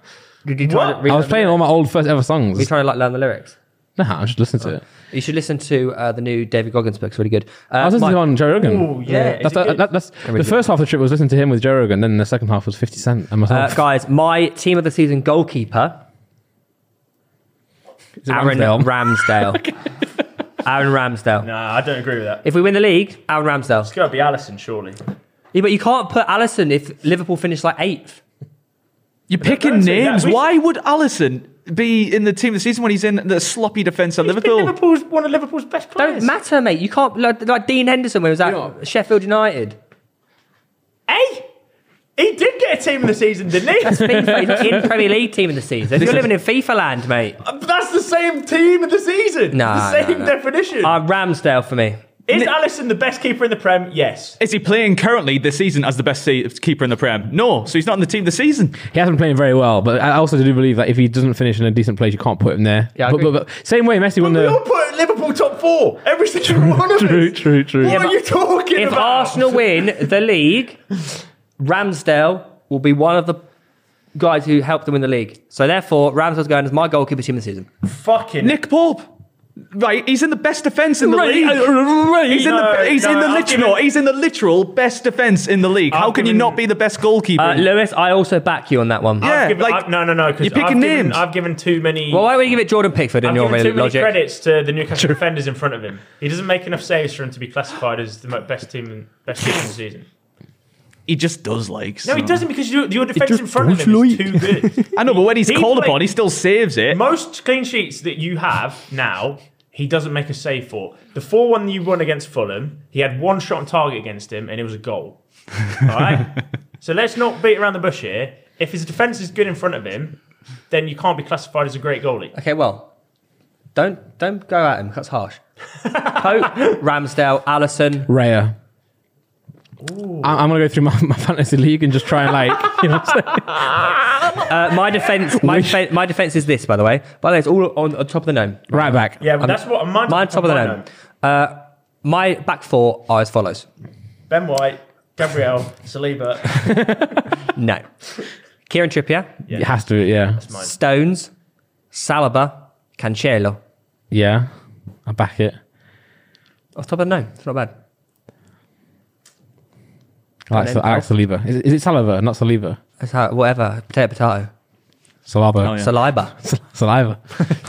Did you try to
What?
read
I was
the
playing
lyrics?
all my old first ever
Were you
songs.
trying to like learn the lyrics?
Nah, I just listened to it.
You should listen to uh, the new David Goggins book. It's really good. Uh,
I was listening
Mike-
to it on Joe Rogan.
Oh yeah.
That's
Is it
the,
good?
that, that's the
really
first half of the trip was listening to him with Joe Rogan, then the second half was 50 Cent and myself.
uh, guys, my team of the season goalkeeper,
Is it
Aaron
Ramsdale? [laughs]
Ramsdale. Aaron Ramsdale.
Nah, I don't agree with that.
If we win the league, Aaron Ramsdale.
It's got to be Allison, surely.
Yeah, but you can't put Allison if Liverpool finish like eighth.
You're
don't
picking
say that.
names.
We-
Why would Allison be in the team this season when he's in the sloppy defence at
He's been
Liverpool?
Liverpool's one of Liverpool's best
Don't
players.
matter, mate. You can't like, like Dean Henderson when he was at
Yeah.
Sheffield United.
Hey, he did get a team of the season, didn't he? [laughs] That's,
FIFA he's not in Premier League team in the season. You're living in FIFA land, mate.
the same team of the season.
Nah,
the same
nah, nah.
definition.
Uh, Ramsdale for me.
Is Allison the best keeper in the Prem? Yes.
Is he playing currently this season as the best se- keeper in the Prem? No, so he's not in the team this season.
He hasn't been playing very well, but I also do believe that if he doesn't finish in a decent place, you can't put him there.
Yeah, I
but,
agree.
but- but- same way Messi won
We all
the.
put Liverpool top four every single one of
True,
us.
true, true.
What
Yeah,
are
but
you talking
If
about?
Arsenal win the league, Ramsdale will be one of the guys who helped them win the league. So therefore, Ramsdale's going as my goalkeeper team of the season.
fucking
Nick Pope. Right, he's in the best defence in the
Right,
league. He's in
uh, No,
the he's
no,
in the
I'll give
literal
him-
he's in the literal best defence in the league.
I'll
How can
give
you
him-
not be the best goalkeeper?
Uh, Lewis, I also back you on that one.
yeah,
I've given,
like
I've- no, no, no. 'cause
you're
I've
picking
given,
names.
I've given too many.
Well, why would you give it Jordan Pickford in
I've
your
given too many
logic?
credits to the Newcastle defenders in front of him. He doesn't make enough saves for him to be classified as the mo- best team, best team in the season.
he just does like.
No, he
so-
doesn't because your, your defense
just
in front of him
don't
is too good.
I know, but when he's
He
called
play-
upon, he still saves it.
Most clean sheets that you have now, he doesn't make a save for. The 4 1 you won against Fulham, he had one shot on target against him and it was a goal. All right? so let's not beat around the bush here. If his defence is good in front of him, then you can't be classified as a great goalie.
Okay, well, don't don't go at him. That's harsh. [laughs] Pope, Ramsdale, Allison.
Raya. I- I'm going to go through my, [laughs] my fantasy league and just try and, like, you know, [laughs] what I'm saying?
Uh, my defense, my, defen- my defense is this, by the way. By the way, it's all on, on top of the gnome.
right back.
Yeah, but
Um,
that's what mine's,
Mine top of the gnome. Uh, my back four are as follows.
Ben White, Gabriel, Saliba.
No, Kieran Trippier,
It has to,
[laughs]
yeah.
Stones, Saliba, Cancelo.
Yeah. I back it.
On top of the gnome, it's not bad.
I like,
then
I like Saliba. Is, it- is it Saliba, not Saliba?
That's how, whatever. Potato, potato.
Saliba.
Oh,
yeah.
Saliba.
[laughs]
Sal- Saliva.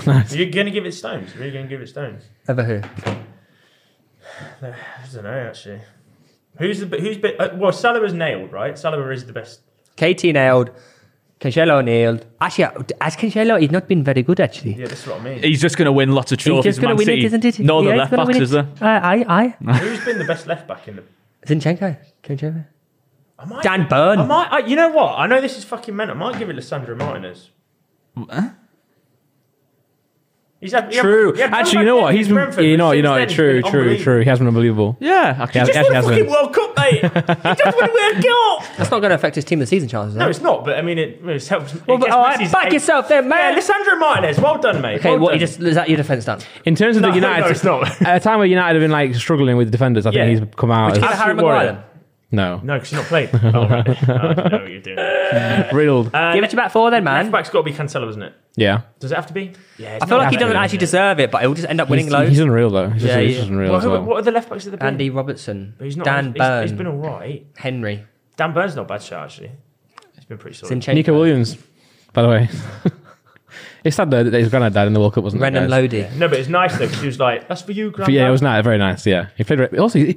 nice.
You're going to give it stones. You're going to give it stones.
Ever who?
I don't know, actually. Who's the who's been, uh, well Saliba's nailed right. Saliba is the best.
KT nailed. Cancelo nailed. Actually, uh, as Cancelo, he's not been very good actually.
Yeah, that's what I mean.
[laughs]
He's just going to win lots of
He's
trophies.
just
in
going to
Man
win it,
City.
isn't it?
No,
Yeah,
the
he's
left
gonna
backs
win
is
it.
there.
Aye, aye, aye.
Who's been the best left back in the?
Zinchenko. Zinchenko.
I might,
Dan Byrne.
I might. I, you know what? I know this is fucking meant. I might give it Lissandro Martinez. He's had, he had-
True.
he had one back
Actually, you know
there
what? He's
against
been.
Brentford,
You know,
but
what, you
since
know.
then
what,
he's
True,
been
true,
unbelievable.
true. He has been unbelievable.
Yeah, I can-
He
Just
has-
yeah,
he
won
has
the
been.
fucking World Cup, mate. he
[laughs]
just won a World Cup.
That's not going to affect his team this season, Charles. Is
No,
it?
it's not. But I mean, it, it's helped. it
Well, but,
gets
all right,
Messi's
back
eight-
yourself there,
Yeah,
man.
Lissandro Martinez. Well done, mate.
okay,
well
what
done.
you just is that your defense stance?
In terms of
No,
the United,
no, it's not.
at a time where United have been like struggling with defenders, I
Yeah.
think he's come out.
Give
As,
it Harry
Absolute warrior.
Maguire. then.
No.
No, because you're not played.
[laughs]
oh, right. Oh, I didn't know what you're doing.
Riddled.
Uh,
Give it to back four then,
Left
man.
back's got to be Cancelo, isn't it?
yeah.
Does it have to be? Yeah.
I feel like he doesn't actually deserve it, but he'll just end up winning
He's,
loads.
he's unreal though. He's just,
Yeah,
he's
yeah.
just unreal
Well,
as
who,
well.
What are the left backs of the been?
Andy Robertson,
But he's not.
Dan
he's-
Byrne,
he's been all right.
Henry,
Dan Burn's not a bad shot actually. He's been pretty solid.
Zinchenko,
Nico Williams, by the way. [laughs] it's sad though that his granddad died in the World Cup, wasn't
Renan
it? guys?
Lodi.
No, but it's nice though because he was like, "That's for you, Grandpa."
But yeah, it was nice. Very nice. Yeah, he played. re- Also, he,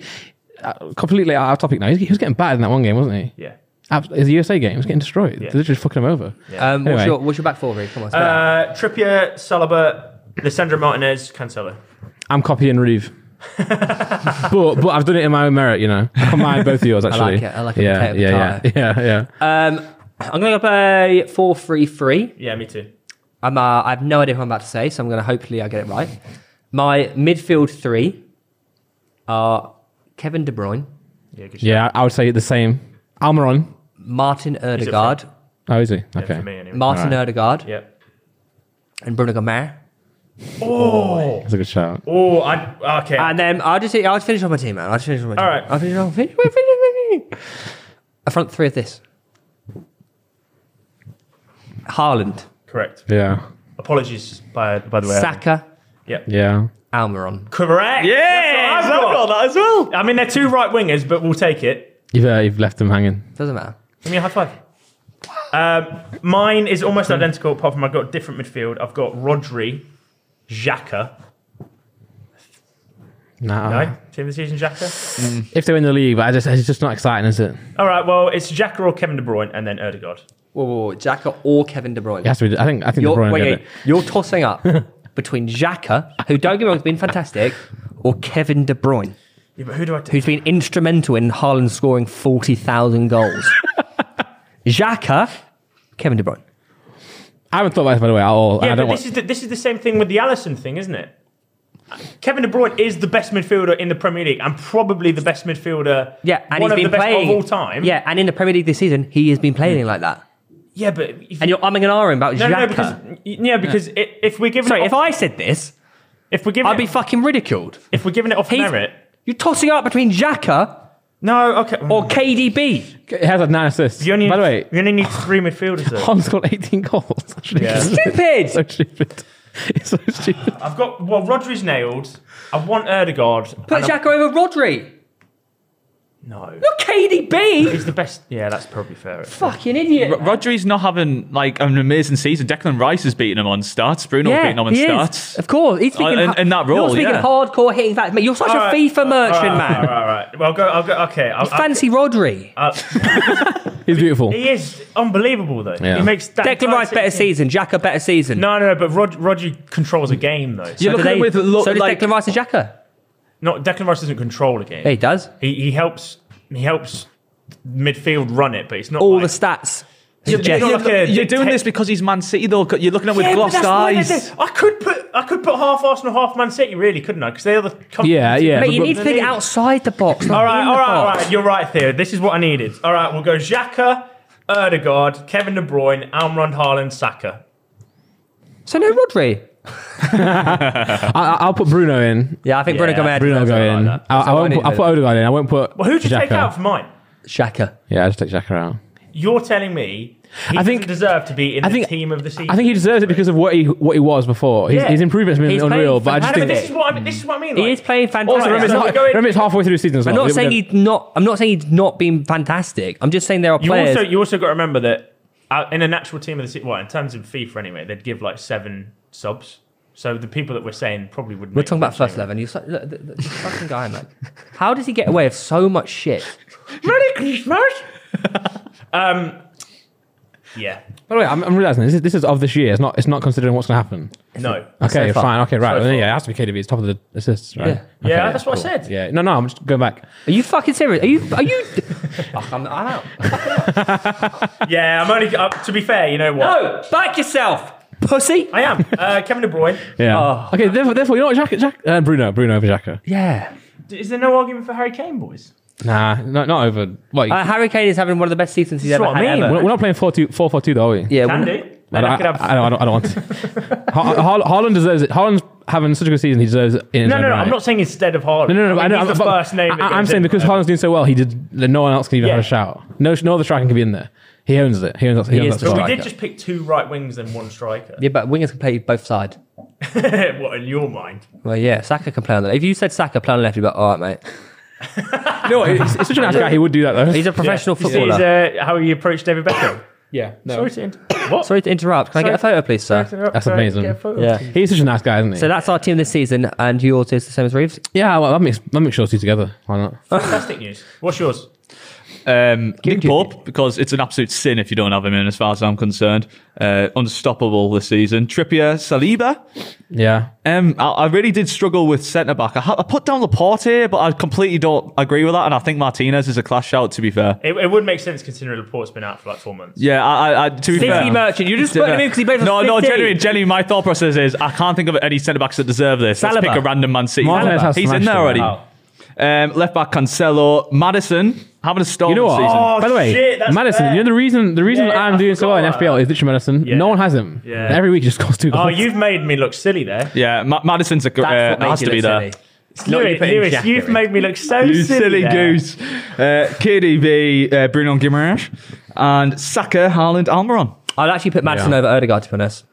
uh, completely out of topic now. He, he was getting battered in that one game, wasn't he?
Yeah.
Abs- His USA game he was getting destroyed.
Yeah.
They literally fucking him over.
Um, what's,
Anyway.
your, what's your back four, Reed? Come on, spit it out.
Uh, Trippier, Saliba, Lissandra Martinez, Cancelo.
I'm copying
[laughs]
Reeve. but but I've done it in my own merit, you know. I combined both of yours actually.
like it. [laughs] I like it.
Yeah,
Potato,
yeah, yeah, yeah, yeah.
Um, I'm going to go by four three three.
Yeah, me too.
I'm. Uh, I have no idea what I'm about to say, so I'm going to hopefully I get it right. My midfield three are Kevin De Bruyne,
Yeah, good shot.
yeah, I would say the same. Almiron.
Martin
it
Erdegaard,
Oh, is he? Okay.
for me anyway.
Martin Erdegaard,
yeah.
and Bruno Gomez.
That's a good shout.
Oh, I okay.
And then I'll just I'll just finish off my team, man. I'll just finish off my team.
All right.
I'll finish off. Finish, finish, finish. A front three of this. Haaland,
Correct.
Yeah.
Apologies by by the way.
Saka,
Yeah.
Almiron.
Correct.
Yeah,
That's what I've got.
that as well.
I mean, they're two right wingers, but we'll take it.
You've, uh, you've left him hanging.
Doesn't matter.
Give me a high five. Um, mine is almost identical, apart from I've got a different midfield. I've got Rodri, Xhaka.
Nah.
No, team of the season, Xhaka.
If they win the league, but I just, it's just not exciting, is it?
All right, well, it's Xhaka or Kevin De Bruyne, and then Erdegaard.
Whoa, whoa, whoa. Xhaka or Kevin De Bruyne.
It has to be. I think I think
You're,
De Bruyne
wait,
did
wait,
it.
you're tossing up [laughs] between Xhaka, who don't get me wrong, has been fantastic, or Kevin De Bruyne,
Yeah, but who do I take?
who's been instrumental in Haaland scoring forty thousand goals. [laughs] Xhaka, Kevin De Bruyne.
I haven't thought about this by the way at all. and
Yeah,
I
but
don't
this
want,
is, the, this is the same thing with the Allison thing, isn't it? Kevin De Bruyne is the best midfielder in the Premier League and probably the best midfielder,
Yeah, and
one
he's
of
been
the best
playing
of all time.
Yeah, and in the Premier League this season, he has been playing like that.
yeah, but if,
And you're umming and ahhing about
no,
Xhaka.
no, because yeah, because i- if we're giving
Sorry,
it
if
off,
I said this,
if we're giving
I'd
it,
be fucking ridiculed.
if we're giving it off
He's-
merit,
You're tossing up between Xhaka
no, okay.
or
[laughs]
KDB.
it has had nine assists.
you only,
by the way,
you
[sighs]
only need three midfielders. Though.
Haaland scored 18 goals. [laughs] That's ridiculous.
Stupid!
so stupid. [laughs] It's so stupid.
I've got well, Rodri's nailed. I want Erdegaard.
Put
and I-
Xhaka over Rodri.
no,
Not KDB.
he's the best. Yeah, that's probably fair.
fucking idiot.
R- Rodri's not having like an amazing season. Declan Rice has beaten him on starts. Bruno
yeah,
beating him on
he is.
starts.
Of course,
Uh,
he's speaking
in- in that role,
You're speaking
yeah.
hardcore hitting facts. Mate, You're such a
All right,
FIFA merchant, man.
All right, all right. Well, go. I'll go. Okay, I'll, I'll-
Fancy Rodri.
He's beautiful.
He is unbelievable, though.
Yeah.
He makes that
Declan Rice better season. Xhaka better season.
No, no, no. But Rod, Rodri controls a game, though.
You're
so do
looking
they-
with lo-
so does
like-
Declan Rice and Xhaka.
Not Declan Rice doesn't control a game.
Yeah, he does.
He, he helps. He helps midfield run it, but it's not
All
like-
the stats.
You're,
Jeff.
you're-
You're like a
you're doing
dicta-
this because he's Man City, though. 'cause You're looking at him with
Yeah, but
glossed
that's why they're
eyes.
there. I could put I could put half Arsenal, half Man City, really, couldn't I? Because they're the company.
Yeah, yeah.
Mate, you
But-
need to think outside the box.
All right, all right, all
box.
right. You're right, Theo. This is what I needed. All right, we'll go Xhaka, Erdegaard, Kevin De Bruyne, Almiron, Haaland, Saka.
So no Rodri.
I, I'll put Bruno in.
Yeah, I think
Yeah,
Bruno Gomez.
Bruno
deserves
go
it.
in.
like that.
I, I
what I
won't.
need
Put, I'll
to
put
do.
Odegaard in. I won't put.
Well, who'd you take
Xhaka.
out for mine?
Xhaka.
Yeah, I just take Xhaka out.
You're telling me he
I think-
doesn't deserve to be in
I
the
think-
team of the season.
I think he deserves it because of what he what he was before. His,
Yeah.
his improvement's been
He's played
unreal, but I just
fantastic.
But this
think
is what I mean. This is what I mean.
He
like-
is playing fantastic.
Also, remember,
Remember, it's,
So
not,
we're going-
remember, it's halfway through the season as well.
I'm not
We- we
saying he's
don't-
not. I'm not saying he's not been fantastic. I'm just saying there are
You
players.
also you also got to remember that uh, in a natural team of the city, well, in terms of FIFA anyway, they'd give like seven subs. So the people that we're saying probably would.
We're talking about first eleven. You're so, look, the, the fucking guy, man. How does he get away with so much shit?
Merry Christmas. [laughs] um, yeah.
By the way, I'm, I'm realizing this is, this is of this year. It's not it's not considering what's going to happen.
No.
Okay,
So far.
fine. Okay, right.
So
Well,
far.
yeah, it has to be KDB. It's top of the assists, right?
Yeah.
Okay,
Yeah, that's what I said.
Yeah. No, no. I'm just going back.
Are you fucking serious? Are you? Are you? Fuck, I'm, I'm out.
Yeah, I'm only. Uh, to be fair, you know what?
No, back yourself, pussy.
I am uh, Kevin De Bruyne.
Yeah.
Oh.
Okay. Therefore, therefore, you know what, Jack, Jack, uh, Bruno, Bruno over Xhaka.
Yeah.
Is there no argument for Harry Kane, boys?
Nah, no, not over. What?
Uh, Harry Kane is having one of the best seasons he's
That's
ever
what I
had.
mean.
ever.
we're, we're not playing 4-2, 4-4-2, though, are we?
Yeah.
Can
we're-
do.
I
Then I
don't,
could
I,
have- [laughs]
I don't, I don't, I don't want to. Ha- Ha- Haaland deserves it. Haaland's having such a good season, he deserves it. in his
No,
own
no, no.
right.
I'm not saying instead of
No,
Harlan.
no, no.
I
I
mean,
know,
he's
I'm-
the
but
first name. that
I, am
goes
saying
in.
because Harlan's doing so well, he did. that No one else can even
Yeah.
have a shout. No, no other striker can be in there. He owns it. He owns, he
He
owns
is
that
the
But we
striker.
did just pick two right wings and one striker.
Yeah, but wingers can play both sides.
[laughs] what in your mind?
Well, yeah, Saka can play on the left. If you said Saka play on the left, you'd be like, all right, mate.
no, it's, it's such a nice guy. He would do that though.
He's a professional
You see
footballer.
his, uh, how you approached David
[coughs]
Beckham.
yeah, no.
Sorry to inter- what?
Sorry to interrupt. Can I get a
Sorry.
photo, please, sir?
That's amazing.
Yeah.
He's such a nice guy, isn't [laughs] he?
So that's our team this season, and yours is the same as Reeves.
yeah, well, that makes that makes sure two together. Why not?
Fantastic news. What's yours?
Um, Nick
you-
Pope, because it's an absolute sin if you don't have him in, as far as I'm concerned. Uh, unstoppable this season. Trippier, Saliba.
Yeah,
Um, I, I really did struggle with centre back. I, ha- I put down Laporte here, but I completely don't agree with that. And I think Martinez is a clash out. To be fair,
It, it would make sense considering Laporte's been out for like four months.
yeah. I, I, I to be fair,
Merchant, you just
To be fair. no, no. Genuinely, genuinely, my thought process is I can't think of any centre backs that deserve this.
Saliba.
Let's pick a random Man City.
Martinez
centre-back.
has
He's in
smashed
there
him.
already.
Wow.
Um, left back Cancelo, Madison having a storm
you know what?
this season.
Oh,
By the way,
shit, that's
Madison.
fair.
You know the reason the reason
Yeah,
I'm
I
doing so
forgot
well in
about
FPL is literally Madison.
Yeah.
No one has him.
Yeah.
Every week he just scores two
Oh,
goals.
you've made me look silly there.
Yeah, Ma- Madison's a gr- uh, has to be there.
Lewis, Lewis you've made me look so
You
silly.
silly
there.
goose. Uh, KDB, uh, Bruno Guimaraes, and Saka, Haaland, Almiron.
I'd actually put Madison
Yeah.
over Odegaard, to be honest.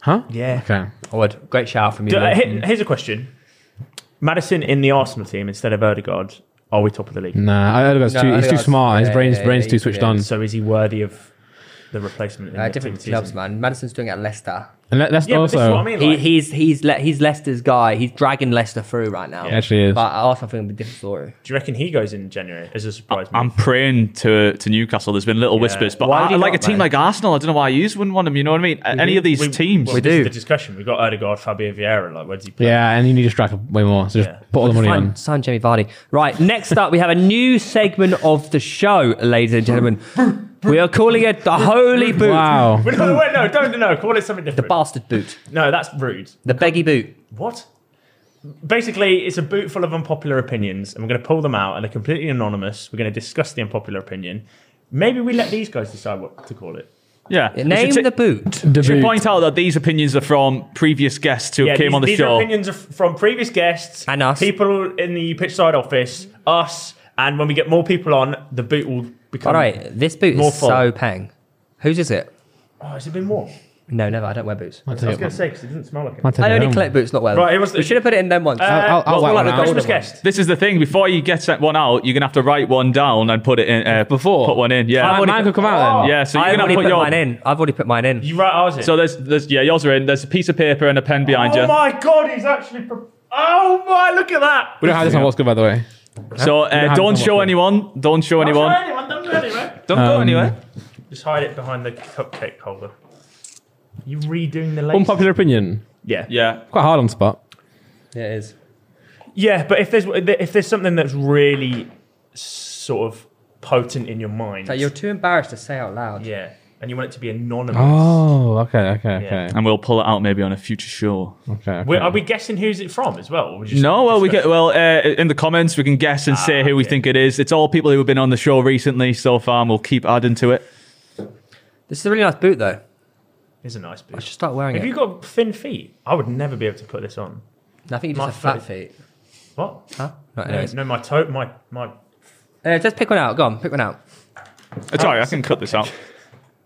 huh?
Yeah.
Okay.
I would. Great shout from you.
Do- uh,
Lewis.
he- here's a question: Madison in the Arsenal team instead of Odegaard, are we top of the
Mm.
league?
Nah, I, I
No,
too, he's too
Odegaard's-
smart. His
yeah,
brain's
yeah,
brain's
yeah,
too switched
yeah.
on.
So is he worthy of the replacement? In
Uh,
the
different
team
clubs,
season?
man. Madison's doing it at Leicester.
And let, us
Yeah, but this is
also
what I mean.
He,
Like,
he's he's Le- he's Leicester's guy. He's dragging Leicester through right now.
actually is.
But Arsenal think it'll be a different story.
do you reckon he goes in January as a surprise?
I'm
move?
praying to to Newcastle. There's been little whispers, but
Why
I,
do you
like a
not,
team
mate?
like Arsenal, I don't know why you wouldn't want them. You know what I mean? Any of these
We-
teams.
well, this is
do.
the discussion. We got Odegaard, Fabio Vieira. Like, where does he play?
yeah, and you need to strike way more. So just
Yeah.
put all the money
Sign,
on.
sign Jamie Vardy. Right, next up, we have a new segment of the show, ladies and gentlemen. We are calling it the Holy Boot.
Wow.
Wait, no, wait, no, don't no. Call it something
The
different.
bastard boot.
no, that's rude.
The beggy boot.
What? Basically, it's a boot full of unpopular opinions, and we're going to pull them out, and they're completely anonymous. We're going to discuss the unpopular opinion. Maybe we let these guys decide what to call it.
yeah. We should
Name
ta-
the boot.
The
should
boot.
point out that these opinions are from previous guests who came
these,
on the
these
show.
are opinions of- from previous guests
And us.
people in the pitch side office, us, and when we get more people on, the boot will become.
All right, this boot
More
is
full.
so pang. Whose is it?
Oh, has it been warm?
No, never. I don't wear boots.
I'll
I
take
was
it.
going to say because it didn't smell like it.
I'll take
I
it
only
home.
collect boots, not wear them.
Right, it was- Uh,
we should have put it in them once.
I'll-
well,
I'll whack
like
one
the
out.
golden
Christmas
one.
guest.
this is the thing. Before you get sent one out, you're gonna have to write one down and put it in uh,
Before?
Put one in. Yeah.
Mine-
already
Mine
put-
could come out then.
yeah. So you're
I've
gonna
already
put,
put,
your.
mine in. I've already put mine in.
You write ours in.
So there's, there's yeah, yours are in. There's a piece of paper and a pen behind
oh
you.
my god, he's actually. Pro- oh my, look at that.
We don't have this on What's Good, by the way.
So
You don't
uh,
have
don't
to
show
watch it.
anyone. Don't show
Don't
anyone.
tell anyone, don't tell anyone.
Don't
Um,
go anywhere.
Just hide it behind the cupcake holder. You redoing the lace?
Unpopular opinion.
Yeah,
Yeah.
Quite hard on spot.
Yeah, it is.
yeah. But if there's if there's something that's really sort of potent in your mind,
Like, you're too embarrassed to say out loud.
yeah, and you want it to be anonymous.
Oh, okay, okay,
Yeah.
okay.
And we'll pull it out maybe on a future show.
okay,
We're,
okay.
are we guessing who's it from as well? Or we just
No, well, we
discuss-
get well uh, in the comments. We can guess
Ah,
and say who we
okay.
think it is. It's all people who have been on the show recently so far, and we'll keep adding to it.
This is a really nice boot, though.
It's a nice boot.
I should start wearing
Have
it.
you got thin feet? I would never be able to put this on.
No, I think you
My
just have fat
foot-
feet.
What?
Huh? Right,
No,
anyways.
no, my toe, my my.
Uh, just pick one out. Go on, pick one out.
It's all right. I can cut this out.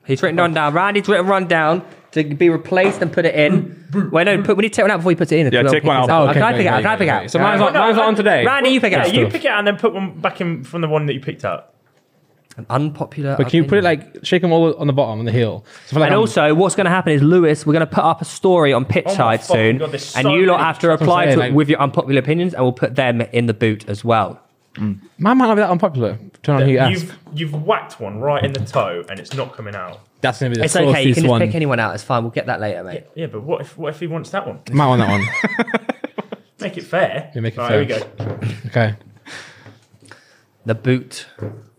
He's written one down. Randy's written one down to be replaced and put it in. Wait, no, put, we need to take one out before you put it in.
Yeah, take one out.
Oh,
Okay,
can I
great,
pick it out?
great,
Can I pick it
great.
out?
So mine's
Uh,
not- mine's not on today.
Randy, you pick it
Yeah,
out.
you pick it out and then put one back in from the one that you picked out.
An unpopular.
But can you put it
opinion.
like shake them all on the bottom on the heel? So like
And
I'm-
also, what's going to happen is Lewis. We're going to put up a story on
Oh my
Pitchside
fucking
soon,
God, there's so
and you lot
many-
have to
what I'm
reply
saying,
to it
like-
with your unpopular opinions, and we'll put them in the boot as well.
mine might not be that unpopular. Turn on who you ask.
You've you've whacked one right in the toe and it's not coming out.
That's gonna be the
It's okay. You
sauciest
can just
one.
pick anyone out. It's fine. We'll get that later, mate.
Yeah, but what if what if he wants that one?
Might want that one. [laughs]
Make it fair.
Yeah, make it
Right,
fair.
Here we go.
Okay.
The boot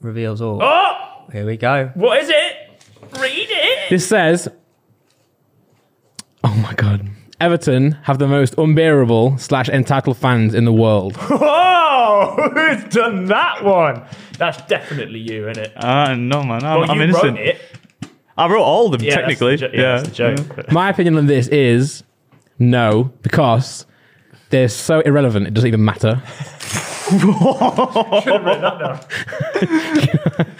reveals all.
Oh,
Here we go.
what is it? Read it.
This says, "Oh my god." Everton have the most unbearable slash entitled fans in the
[laughs]
world.
Whoa, [laughs] who's done that one? That's definitely you, isn't it?
Uh, no, man. I'm,
Well,
I'm
you
innocent.
Wrote it.
I wrote all of them,
Yeah,
technically.
that's the, jo- yeah, that's the joke.
My opinion on this is No, because they're so irrelevant, it doesn't
[laughs]
even matter.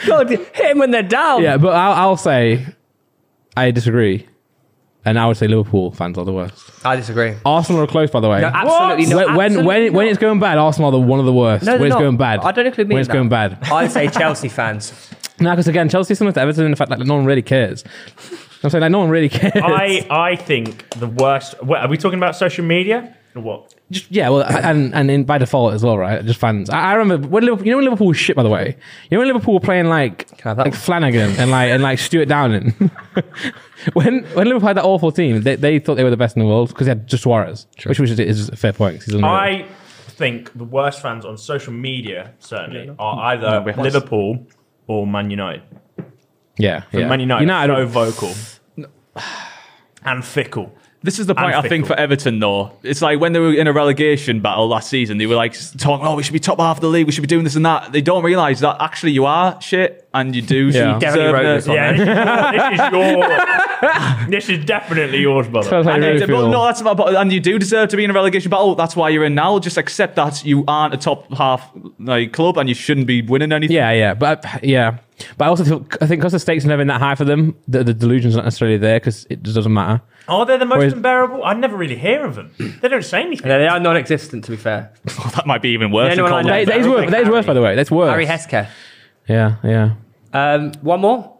God, hit him when they're down.
Yeah, but I'll, I'll say I disagree. And I would say Liverpool fans are the worst.
I disagree.
Arsenal are close, by the way.
No, absolutely
when,
not.
when,
Absolutely
when, when
not.
it's going bad, Arsenal are the one of the worst.
No, they're
when it's
not.
going bad.
I don't include me
When
in
it's
that. [laughs]
going bad.
I'd say Chelsea [laughs] fans.
No, because again, Chelsea similar to Everton in the fact that like, no one really cares. [laughs] I'm saying like no one really cares.
I, I think the worst. What, are we talking about social media? Or what?
Just- yeah, well, and and in, by default as well, right? Just fans. I, I remember when Liverpool, you know when Liverpool was shit, by the way. You know when Liverpool were playing like
I have that
like
one?
Flanagan and like and like Stuart Downing. [laughs] when when Liverpool had that awful team, they, they thought they were the best in the world because they had just Suarez, which which is, is a fair point. 'cause he's unreal.
I think the worst fans on social media, certainly, are
No,
either
we-
Liverpool or Man United.
yeah, yeah.
And Man United,
United
are so vocal and fickle.
This is the point I think
fickle.
for Everton though. It's like when they were in a relegation battle last season, they were like talking, "Oh, we should be top half of the league. We should be doing this and that." They don't realise that actually you are shit, and you do.
Yeah. You
definitely
deserve
wrote
the-
this one.
Yeah, this is your. this is definitely yours, brother.
That's how I
And
really
they- but
feel.
no, that's not. But, and you do deserve to be in a relegation battle. That's why you're in now. Just accept that you aren't a top half like club, and you shouldn't be winning anything.
Yeah, yeah, but I- yeah, but I also feel I think because the stakes are never that high for them, the, the delusion's not necessarily there because it just doesn't matter.
Are they the most
Whereas-
unbearable? I never really hear of
[clears throat]
them. They don't say anything.
Yeah, they are non-existent, to be fair.
[laughs] That might be even worse.
Yeah,
than
no, I
Colin.
know.
That, that is
Harry
worth. That is worth, by the way. That's worth.
Harry Hesker.
Yeah, yeah.
Um, one more.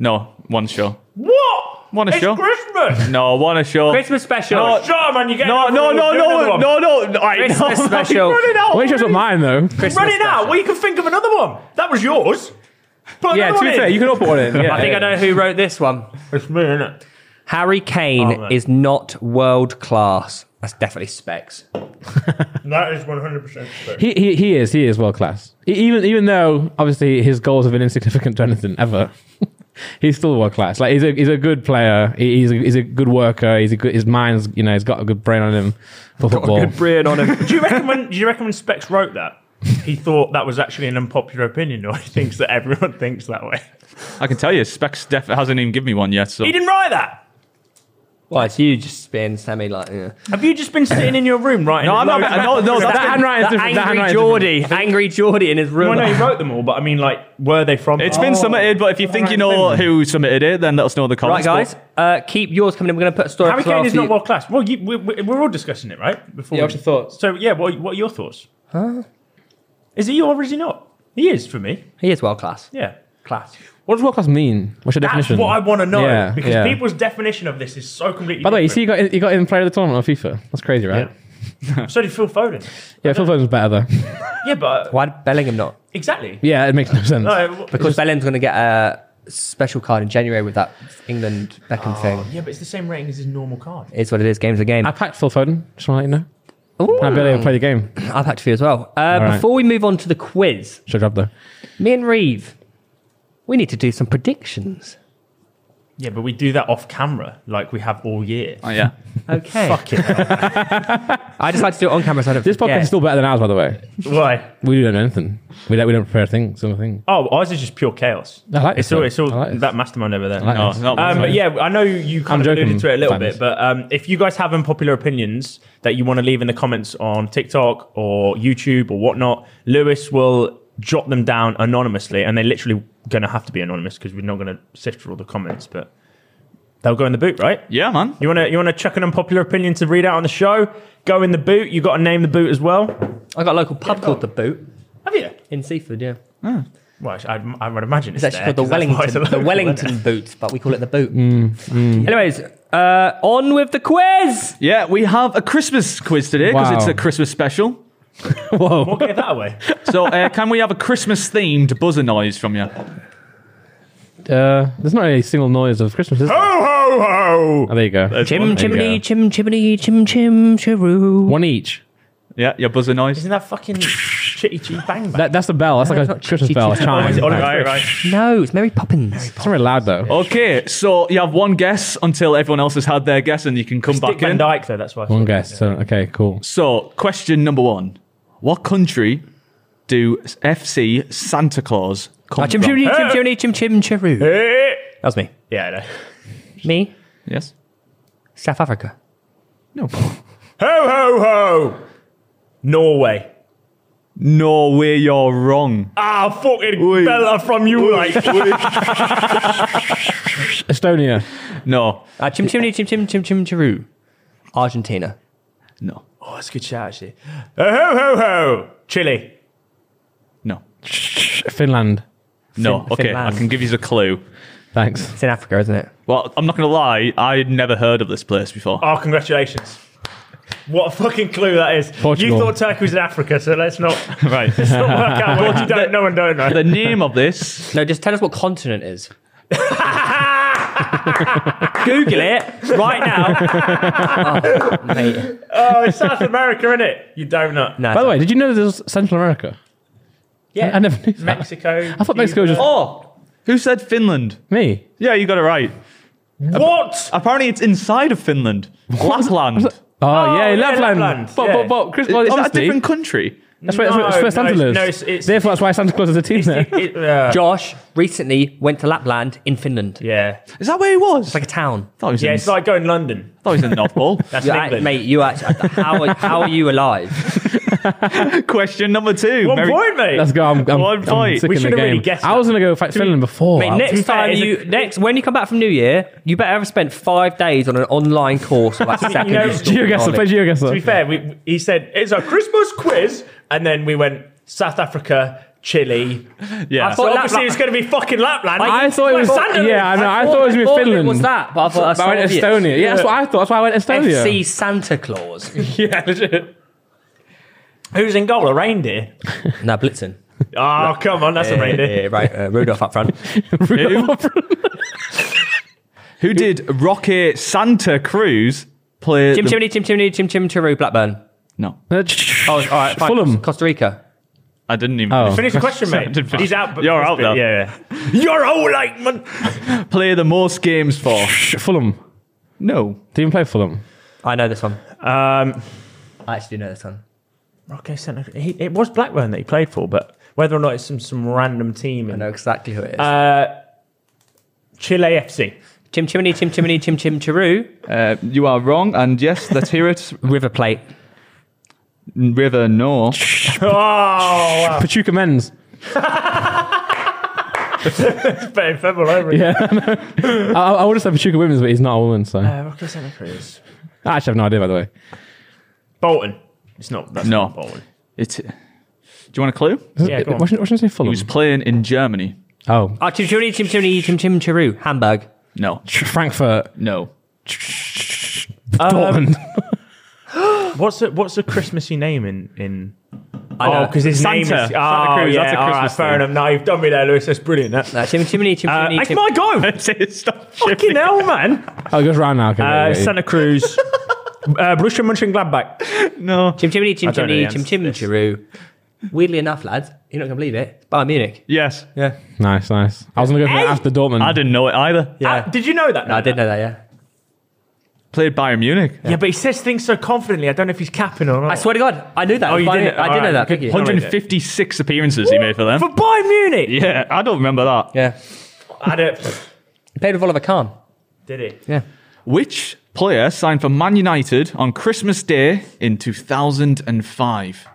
no, one show.
What?
Wanna
it's
show?
Christmas. Oh,
No, one a show.
Christmas special.
[laughs] No,
Sure, man, you get
No,
another
no,
one,
no,
we'll do another
no,
one.
no, no, no. All right,
Christmas
no, [laughs] no,
special.
Run it out.
Well, it's just not mine though.
Christmas
Run it out.
special.
Well, you can think of another one. That was yours. Put another
Yeah, to
one
be
in.
fair, you can all put one in. Yeah,
I think I know who wrote this one.
It's me, innit?
Harry Kane
Oh, right.
is not world class. That's definitely specs.
That is 100% true.
[laughs] He, he, he is he is world class. E- Even even though obviously his goals have been insignificant to anything ever, [laughs] he's still world class. Like he's a he's a good player. He- He's a, he's a good worker. He's a good. His mind's you know he's got a good brain on him for football.
Brain on him.
do you reckon when do you reckon when Specs wrote that? He thought that was actually an unpopular opinion, or he thinks that everyone thinks that way.
I can tell you, Specs def- hasn't even given me one yet. So
He didn't write that.
[laughs] Why it's you just being semi like yeah.
Have you just been sitting in your room writing?
No, I'm not-
loads of-
no, no,
That
that's-
handwriting's different. That
angry
handwriting's
Geordie, angry Geordie in his room.
Well, no, he wrote them all, but I mean, like, were they from?
It's
Oh.
been submitted, but if you think you know who submitted it, then let us know in the
Right,
comments.
guys, uh, keep yours coming in. We're going to put a story.
Harry
up as well
Kane is
so
not
you-
world class. Well, you, we, we- we're all discussing it, right? Before
Yeah,
we-
what's your thoughts?
So, yeah, what, what are your thoughts? Huh? Is he or is he not? He is for me.
He is world class.
Yeah, class.
What does world class mean? What's your
That's
definition?
what I want to know
Yeah,
because
yeah.
people's definition of this is so completely.
By the way, you see,
different.
you got in, you got in player of the tournament on FIFA. That's crazy, right?
so did Phil Foden.
Yeah, Phil Foden's better though. [laughs]
Yeah, but
Why did Bellingham not?
exactly.
yeah, it makes no sense.
No, w-
Because Bellingham's going to get a special card in January with that England Beckham thing.
yeah, but it's the same rating as his normal card.
It's what it is. Game's a game.
I packed Phil Foden. Just want to let you know.
Ooh.
I barely even played the game.
I've had to for you as well. Uh,
right.
Before we move on to the quiz,
Should have dropped though.
me and Reeve, we need to do some predictions.
Yeah, but we do that off camera, like we have all year.
Oh, yeah.
Okay. I just like to do it on camera so I don't
This podcast
forget.
is still better than ours, by the way.
Why?
We don't know anything. We don't, we don't prepare things. Some things.
Oh, ours is just pure chaos.
I like
It's
this
all,
though.
it's all
I like this.
that mastermind over there.
I like
No,
this.
not
Um, but yeah, I know you kind
I'm
of alluded
joking,
to it a little
fans.
bit, but um, if you guys have unpopular opinions that you want to leave in the comments on TikTok or YouTube or whatnot, Lewis will jot them down anonymously, and they're literally going to have to be anonymous because we're not going to sift through all the comments, but they'll go in the boot, right?
Yeah, man.
You want to you want to chuck an unpopular opinion to read out on the show? Go in the boot. You got to name the boot as well.
I got a local pub called The Boot
Have you?
in Seaford, yeah.
Well, I, I would imagine it's,
It's actually
there,
called the
'cause that's
Wellington, the
why it's a local, isn't it?
Wellington boot, but we call it the boot.
Mm,
Anyways, uh, on with the quiz.
Yeah, we have a Christmas quiz today because
Wow.
it's a Christmas special.
Whoa.
What gave that
[laughs]
away? [laughs]
So, uh, can we have a Christmas themed buzzer noise from you?
Uh, there's not any single noise of Christmas. Is there?
ho ho ho!
Oh, there you go.
Chim
one.
There
chimney,
you go.
chim chimney, chim chim chiroo.
One each.
Yeah, your buzzer noise.
Isn't that fucking chitty chee bang bang?
That, that's the bell. That's
it's
like a
not
Christmas
chitty
bell. A
chitty.
chime.
Oh, is it- oh,
Like,
right, right.
No, it's Mary Poppins.
It's not really loud though.
Okay, so you have one guess until everyone else has had their guess and you can come
Dick
back in.
Van Dyke, though. That's why. I
One
thought.
guess. So, okay, cool.
So, question number one What country do FC Santa Claus come
Ah, Chim
from?
chimney, chim chimney, chim chim chiroo.
Eh.
That was me.
Yeah, I know.
Me,
Yes.
South Africa.
No.
Ho ho ho! Norway.
No way, you're wrong.
Ah, fucking
Oi.
Bella from you, like.
Estonia.
No.
Uh, chim chimney chim chim chim chim chiru. Argentina.
No.
Oh, [laughs] that's a good shout, actually. Ho ho ho ho! Chile.
No.
Finland.
No.
Fin-
okay, I
Finland.
can give you a clue.
Thanks.
It's in Africa, isn't it?
Well, I'm not going to lie, I'd never heard of this place before.
Oh, congratulations. What a fucking clue that is.
Portugal.
You thought Turkey was in Africa, so let's
[laughs]
not, let's
right.
not work out what you don't know and don't know.
the name of
[laughs]
this.
No, just tell us what continent it [laughs] is.
Google it right now.
[laughs] Mate.
Oh, it's South America, isn't it? You don't know.
No,
By the
it's-
way, did you know there was Central America?
Yeah.
I never knew that.
Mexico.
I thought Mexico was
Cuba.
just-
Oh, who said Finland?
Me.
Yeah, you got it right.
What?
Apparently, it's inside of Finland.
[laughs]
Lapland. Is
Oh, yeah,
yeah,
Lapland.
Lapland.
But,
Yeah.
but, but, Chris, well,
that a
honestly,
different country?
that's where, that's where- that's
No,
where Santa
no,
lives.
no, it's- it's-
Therefore, that's why Santa Claus has
[laughs]
a team there.
It- uh,
Josh recently went to Lapland in Finland.
yeah.
Is that where he was?
Like a town.
thought he was
Yeah,
in,
it's like going to London.
thought he was in the North Pole.
[laughs] That's
You act-
England.
mate, you actually, how, are- how are you
[laughs]
alive?
Question number two.
One
Very-
point, mate.
Let's go. I'm, I'm,
One
I'm
point.
sick
We
in the
should've
game.
really guessed
I was
that.
going to go fact Finland before.
Mate,
I was-
next
fair,
time
it's a-
you, next, when you come back from New Year, you better have spent five days on an online course about
[laughs]
second
know,
install
GeoGuessr, play
knowledge.
To be
GeoGuessr.
fair, we, he said it's a Christmas quiz, and then we went South Africa, [laughs] Chile.
Yeah.
I thought
Well,
obviously
Lapland-
it was going to be fucking Lapland.
I thought it was.
Santa-
Yeah, I know. I thought it was with
thought
Finland.
It was that, but I thought
But I went
Soviet.
Estonia. Yeah, that's what
[laughs]
I thought. That's why I went Estonia.
FC Santa Claus.
Yeah, legit. Who's in goal? A reindeer?
now
[laughs]
Blitzen.
Oh, come on, that's a reindeer.
Yeah, right, uh, Rudolph up front.
[laughs]
Who did Rocket Santa Cruz play?
Chim
the-
Chimney, Chim Chimney, Chim Chim Chiru, Blackburn.
No,
[laughs]
Oh, all right, fine.
Fulham.
Costa Rica.
I didn't even
Oh.
Finish the question, mate. He's out. but-
You're out now.
Yeah, yeah. You're all like, man.
play the most
[laughs]
games for.
Oh, Fulham.
No.
Do you even play Fulham?
I know this one.
Um,
I actually do know this one.
okay, Santa. He, it was Blackburn that he played for, but whether or not it's some, some random team
I
in
know exactly who it is.
uh, Chile FC.
Chim Chimney, Chim Chimney, Chim Chim Chiru.
Uh, you are wrong. And yes, let's hear it.
River Plate.
River, no.
Oh, [laughs] wow.
Ah. Pachuca Men's.
Betting Febble over again.
Yeah. I, I would have said Pachuca Women's, but he's not a woman, so.
Uh, Rocky Santa Cruz.
I actually have no idea, by the way.
Bolton. It's not. That's
No.
not Bolton.
It. Do you want a clue? He
Yeah, go on.
What should, what should I say Fulham?
was playing in Germany.
Oh,
Oh, Chim Chimney, Chim Chimney, Chim Chim Chiru. Hamburg.
No.
Frankfurt.
No.
Um,
Dortmund.
What's a, what's a Christmassy name in in?
I know.
his
Santa.
Oh,
Santa Cruz,
yeah,
that's a
all
Christmas
fair
thing.
enough. Now you've done me there, Lewis. That's brilliant. That.
No, Chim Chimney, Chim
Uh,
Chimney,
it's
Chim
my go.
Stop
Fucking hell, man.
oh, it goes round now. Okay, wait,
Uh,
wait.
Santa Cruz. Uh, Borussia Mönchengladbach.
No.
Chim Chimney, Chim
I don't know
Chimney,
the
Chim
answer
Chim Chiru. Weirdly enough, lads, you're not going to believe it. It's Bayern Munich.
Yes.
Yeah.
Nice, nice. I was going to go for
Hey!
after Dortmund.
I didn't know it either.
Uh, did you know that?
No, I Ah, did know that, yeah.
Played Bayern Munich.
Yeah, but he says things so confidently. I don't know if he's capping or not.
I swear to God, I knew that.
Oh, you
Bayern-
didn't?
I did
Alright,
know that.
okay.
Thank you.
Hundred-
156 appearances he made for them.
For Bayern Munich.
Yeah, I don't remember that.
Yeah.
I don't.
He played with Oliver Kahn.
Did he?
Yeah.
Which player signed for Man United on Christmas Day in 2005?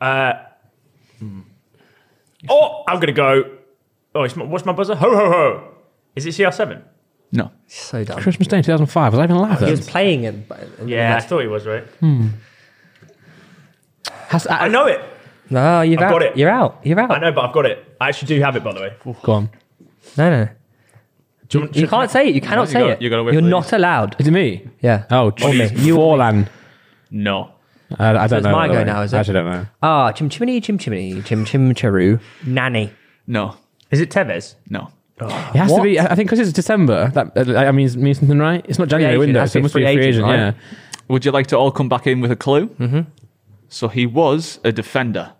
Uh, Oh, I'm gonna go. Oh, it's my, what's my buzzer? Ho ho ho! Is it CR7?
No.
So dumb.
Christmas Day 2005. Was I even alive
He
then?
was playing uh, in. in
Yeah, I thought he was right.
Has- I-
I know it.
No, you've
I've
out.
got it.
You're out. You're
I
out.
know, but I've got it. I actually do have it, by the way.
Go on.
No, no.
Do you want-
You can't say it. You cannot say
gotta-
it.
you
You
gotta wait
are
for
not allowed.
Is it me?
Yeah.
Oh, jeez. Forlan. Uh,
No.
I, I don't
it's
know.
my
by the
go
way.
now, is
I
it?
actually don't know.
Ah, Chim Chimney, Chim Chimney, Chim Chim Chiru, Nanny.
No.
Is it Tevez?
No.
It has to
What?
be. I I think because it's December. That uh, I mean, means something, right? It's not January
agent,
window,
has to
so it
be
must be a
free
free agent.
agent,
Yeah.
right?
Would you like to all come back in with a clue? Mm-hmm. So he was a defender.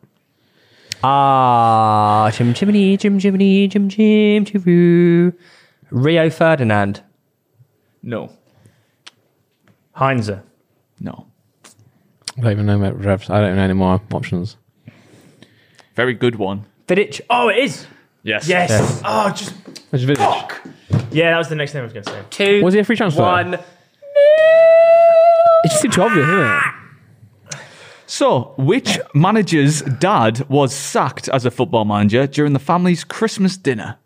Ah, Chim Chimney, Chim Chimney, Chim Chim Chiru, Rio Ferdinand.
No.
Heinzer.
No.
I don't even know my refs. I don't know any more options.
Very good one.
Vidic.
Oh, it is.
Yes.
Yes. Oh, just
Which village?
fuck. Yeah, that was the next name I was going to say.
Two.
Was he a free transfer?
One.
It's just too obvious, isn't it?
So, which manager's dad was sacked as a football manager during the family's Christmas dinner?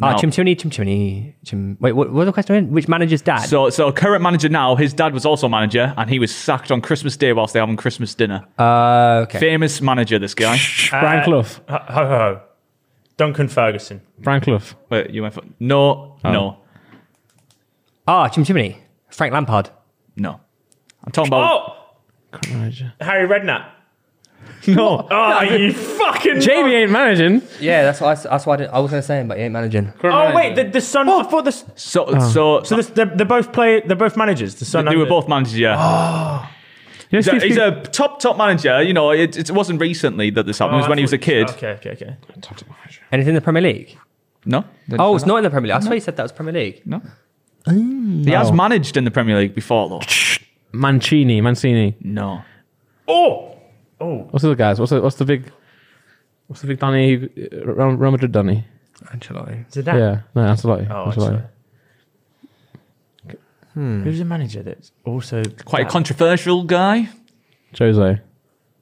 Ah,
Now-
Chim Chimney, Chim Chimney, Chim. Wait, what, what was the question? again? Which manager's dad?
So, so current manager now, his dad was also manager, and he was sacked on Christmas Day whilst they were having Christmas dinner.
uh, okay.
Famous manager, this guy.
Uh,
Brian Clough.
Ho, ho, ho. Duncan Ferguson.
Brian Clough.
Wait, you went for no, no,
Ah, Chim Chimney, Frank Lampard.
no. I'm talking about
Oh, Harry [laughs] Redknapp.
no.
Oh, you fucking.
Jamie ain't managing.
Yeah, that's what I, that's what I, didn't- I was going to say him, but he ain't managing.
Oh wait, the, the son. I thought the, so
So, so, so
this, they're, they're both play. They're both managers. The son.
they
and
were
the-
both managers. Yeah,
You know,
he's, a,
Steve-
he's a top top manager. You know, it, it wasn't recently that this happened.
Oh,
it was
I
when he was a
thought you-
kid.
Okay, okay, okay.
And it's in the Premier League.
No. Didn't
Oh,
say
it's
that.
not in the Premier League. I swear you said that was Premier League.
No. He has managed in the Premier League before, though.
Mancini. Mancini.
No.
Oh, oh,
What's the other guys? What's the, what's the big? What's the big Donny? uh, Real Real Madrid Donny.
Ancelotti.
did that?
Yeah. No, Ancelotti.
Oh,
Ancelotti.
Ancelotti. Who's the manager that's also
Quite a controversial guy.
Jose.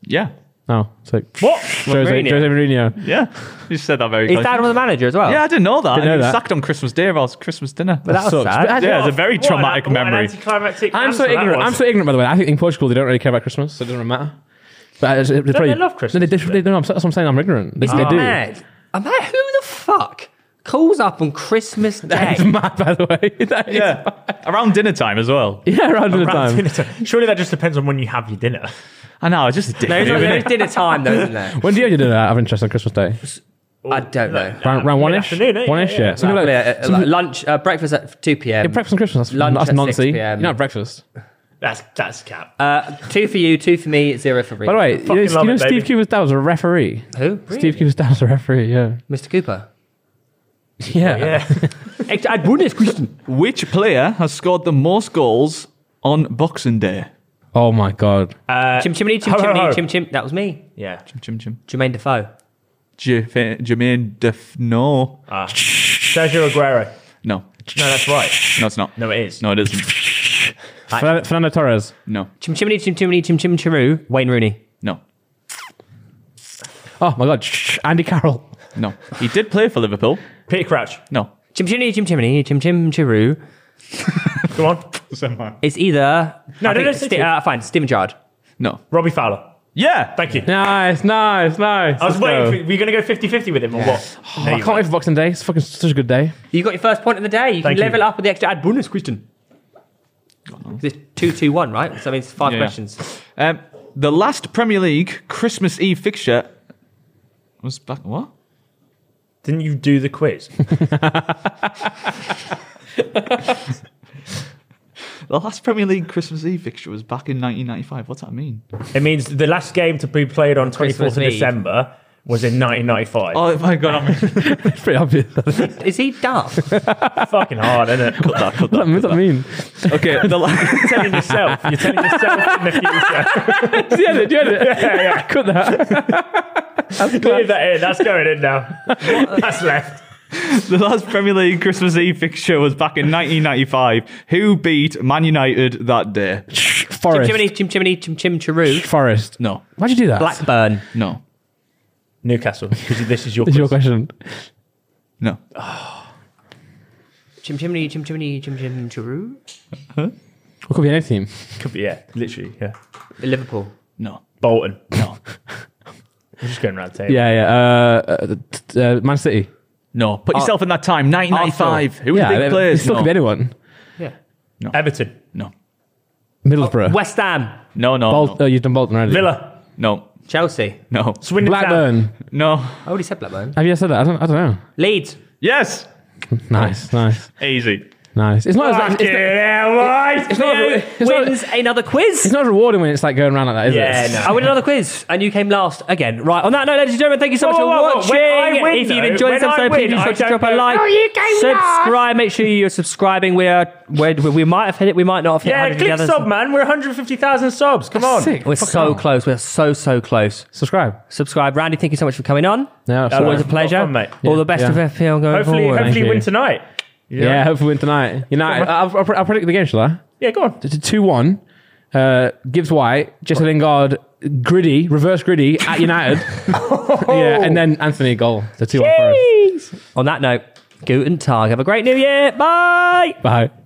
Yeah.
No. It's like
What?
Jose.
Mourinho.
Jose Mourinho.
Yeah. You said that very
His
good.
dad was a manager as well.
Yeah, I didn't know that.
Didn't know
he was
that.
sacked on Christmas Day about Christmas dinner.
but that was
Sucks.
sad.
But I-
yeah, it's a very
What an-
traumatic
what an
memory.
anticlimactic
I'm so
answer that
ignorant.
was.
I'm so ignorant. By the way, I think in Portugal they don't really care about Christmas, so it doesn't matter. But I- they probably-
they love Christmas,
No, they,
do
they,
they?
no, I'm- that's what I'm saying. I'm ignorant. They, they
Isn't it
do.
mad? I'm like, who the fuck calls up on Christmas Day?
It's mad, by the way. [laughs] That is-
Yeah. Around dinner time as well.
yeah, around the
Round
time.
dinner time. Surely that just depends on when you have your dinner.
I know, it's just a dick
There's,
move,
there's
isn't it?
dinner time though, isn't
[laughs]
there?
When do you have your dinner out of interest on Christmas Day?
I don't know.
Round, round one ish?
mid-afternoon, eh?
One ish,
Yeah, yeah,
yeah.
yeah.
Something like
Yeah,
that.
uh, like lunch, uh, breakfast at 2 p.m.
Yeah, breakfast on Christmas. That's,
Lunch
that's
at
noncy.
6
You
p.m..
don't have breakfast.
That's that's cap.
Uh, two for you, two for me, zero for me.
By the way, you know,
Fucking
you
love
know
it,
Steve
baby.
Cooper's dad was a referee.
who?
Steve Cooper's dad was a referee, yeah.
Mr. Cooper.
Yeah.
yeah.
I'd won this question.
Which player has scored the most goals on Boxing Day?
Oh my God.
Uh,
Chim chimney,
[laughs]
chim
ho, ho,
chimney,
Oh.
ho.
chim chim. That was me.
yeah.
Jim, Jim.
Jermaine Defoe.
J- Jermaine Def. No.
Sergio Aguero.
No.
No, that's right.
No, it's not.
No, it is.
No, it isn't.
Fern- Fernando Torres.
No.
Chim chimney, chim chimney, chim chim chiru. Wayne Rooney.
No.
Oh my God. Andy Carroll.
No. He did play for Liverpool.
Peter Crouch.
No.
Chim chimney, chim chimney, chim chim chiru.
Come on.
It's either.
No,
I
no,
think
no,
Ste-
say two.
uh, Fine, Steven Gerrard.
No.
Robbie Fowler.
Yeah.
Thank you.
Nice, nice, nice.
I was
Let's go.
waiting. For, were you going to go 50-50 with him or what?
Oh, I can't wait for Boxing Day. It's fucking such a good day.
You got your first point of the day. You
Thank
can
you.
level it up with the extra ad bonus question. 'Cause It's 2 2 1, right? So that means five
Yeah.
questions.
Um, the last Premier League Christmas Eve fixture was back. What?
Didn't you do the [laughs] quiz?
The last Premier League Christmas Eve fixture was back in 1995. What's that mean?
it means the last game to be played on twenty fourth
Christmas Eve.
of December was in nineteen ninety five.
Oh my god! I'm cut
It's pretty obvious. [laughs] What's
Is he daft?
[laughs]
Fucking hard, isn't it?
that,
that,
cut that.
what's that mean?
Okay. The la- [laughs]
You're telling yourself. You're telling yourself in the
[laughs]
future.
you had it, you had it. Yeah, yeah. [laughs] Cut that.
Leave that in. That's going in now. That's left.
The last Premier League Christmas Eve fixture was back in 1995. Who beat Man United that day?
Chim
Forest.
chimney, chim chimney, chim chim chiru.
Forest.
No,
Why'd you do that? [laughs]
Blackburn.
no,
Newcastle. Because this is your
Is your
quiz.
question.
no.
Chim chimney, chim chimney, chim chim chiru.
What could be any team?
Could be- Yeah, literally. Yeah.
Liverpool.
No.
Bolton. No. We're just going round the table.
Yeah, yeah. Uh, uh, t- uh, Man City.
No. Put yourself in that time, 1995. Who were
yeah,
the
it-
big
it
players?
still
No.
could be anyone.
Yeah.
Everton.
no.
Middlesbrough.
West Ham.
No, no,
Bol- oh, you've done Bolton already.
Oh, Villa.
no,
Chelsea.
no,
Swindon Town.
Blackburn.
no.
I already said Blackburn.
Have you said that? I don't, I don't know.
Leeds.
Yes,
Nice, nice,
easy.
nice. It's not, as,
Fucking
it's, not,
hell, right?
it's not-
Yeah.
It's not-
wins another quiz.
it's not rewarding when it's like going around like that, is
[laughs] Yeah,
it?
no.
I win another quiz, and you came last again. Right, on that note, ladies and gentlemen, thank you so
Whoa,
much
whoa, whoa,
for
whoa.
watching.
When I win,
if you
though,
enjoyed this
when I
episode, please
win,
do
I
sure to
don't
drop a
know.
like.
Oh, you came
subscribe. Make sure you're subscribing. We are, we we might have hit it, we might not have hit
Yeah,
100
click
others.
sub, man. We're 150,000 subs. Come on.
Sick.
We're
Fuck
so
off.
close. We're so, so close.
Subscribe.
Subscribe. Randy, thank you so much for coming on.
Yeah,
That
Always
subscribe.
a pleasure.
Well done, mate.
All
Yeah,
the best
yeah.
of FPL going
Hopefully,
forward.
hopefully
Thank
win
you.
tonight.
yeah, hopefully win tonight. United. I'll, I'll, I'll predict the game, shall I?
Yeah, go on.
It's a 2 1 uh, Gibbs White, Jesse Lingard, gritty, reverse gritty at
[laughs]
United. yeah, and then Anthony goal. The two on Forest.
On that note, Guten Tag. Have a great new year. Bye.
Bye.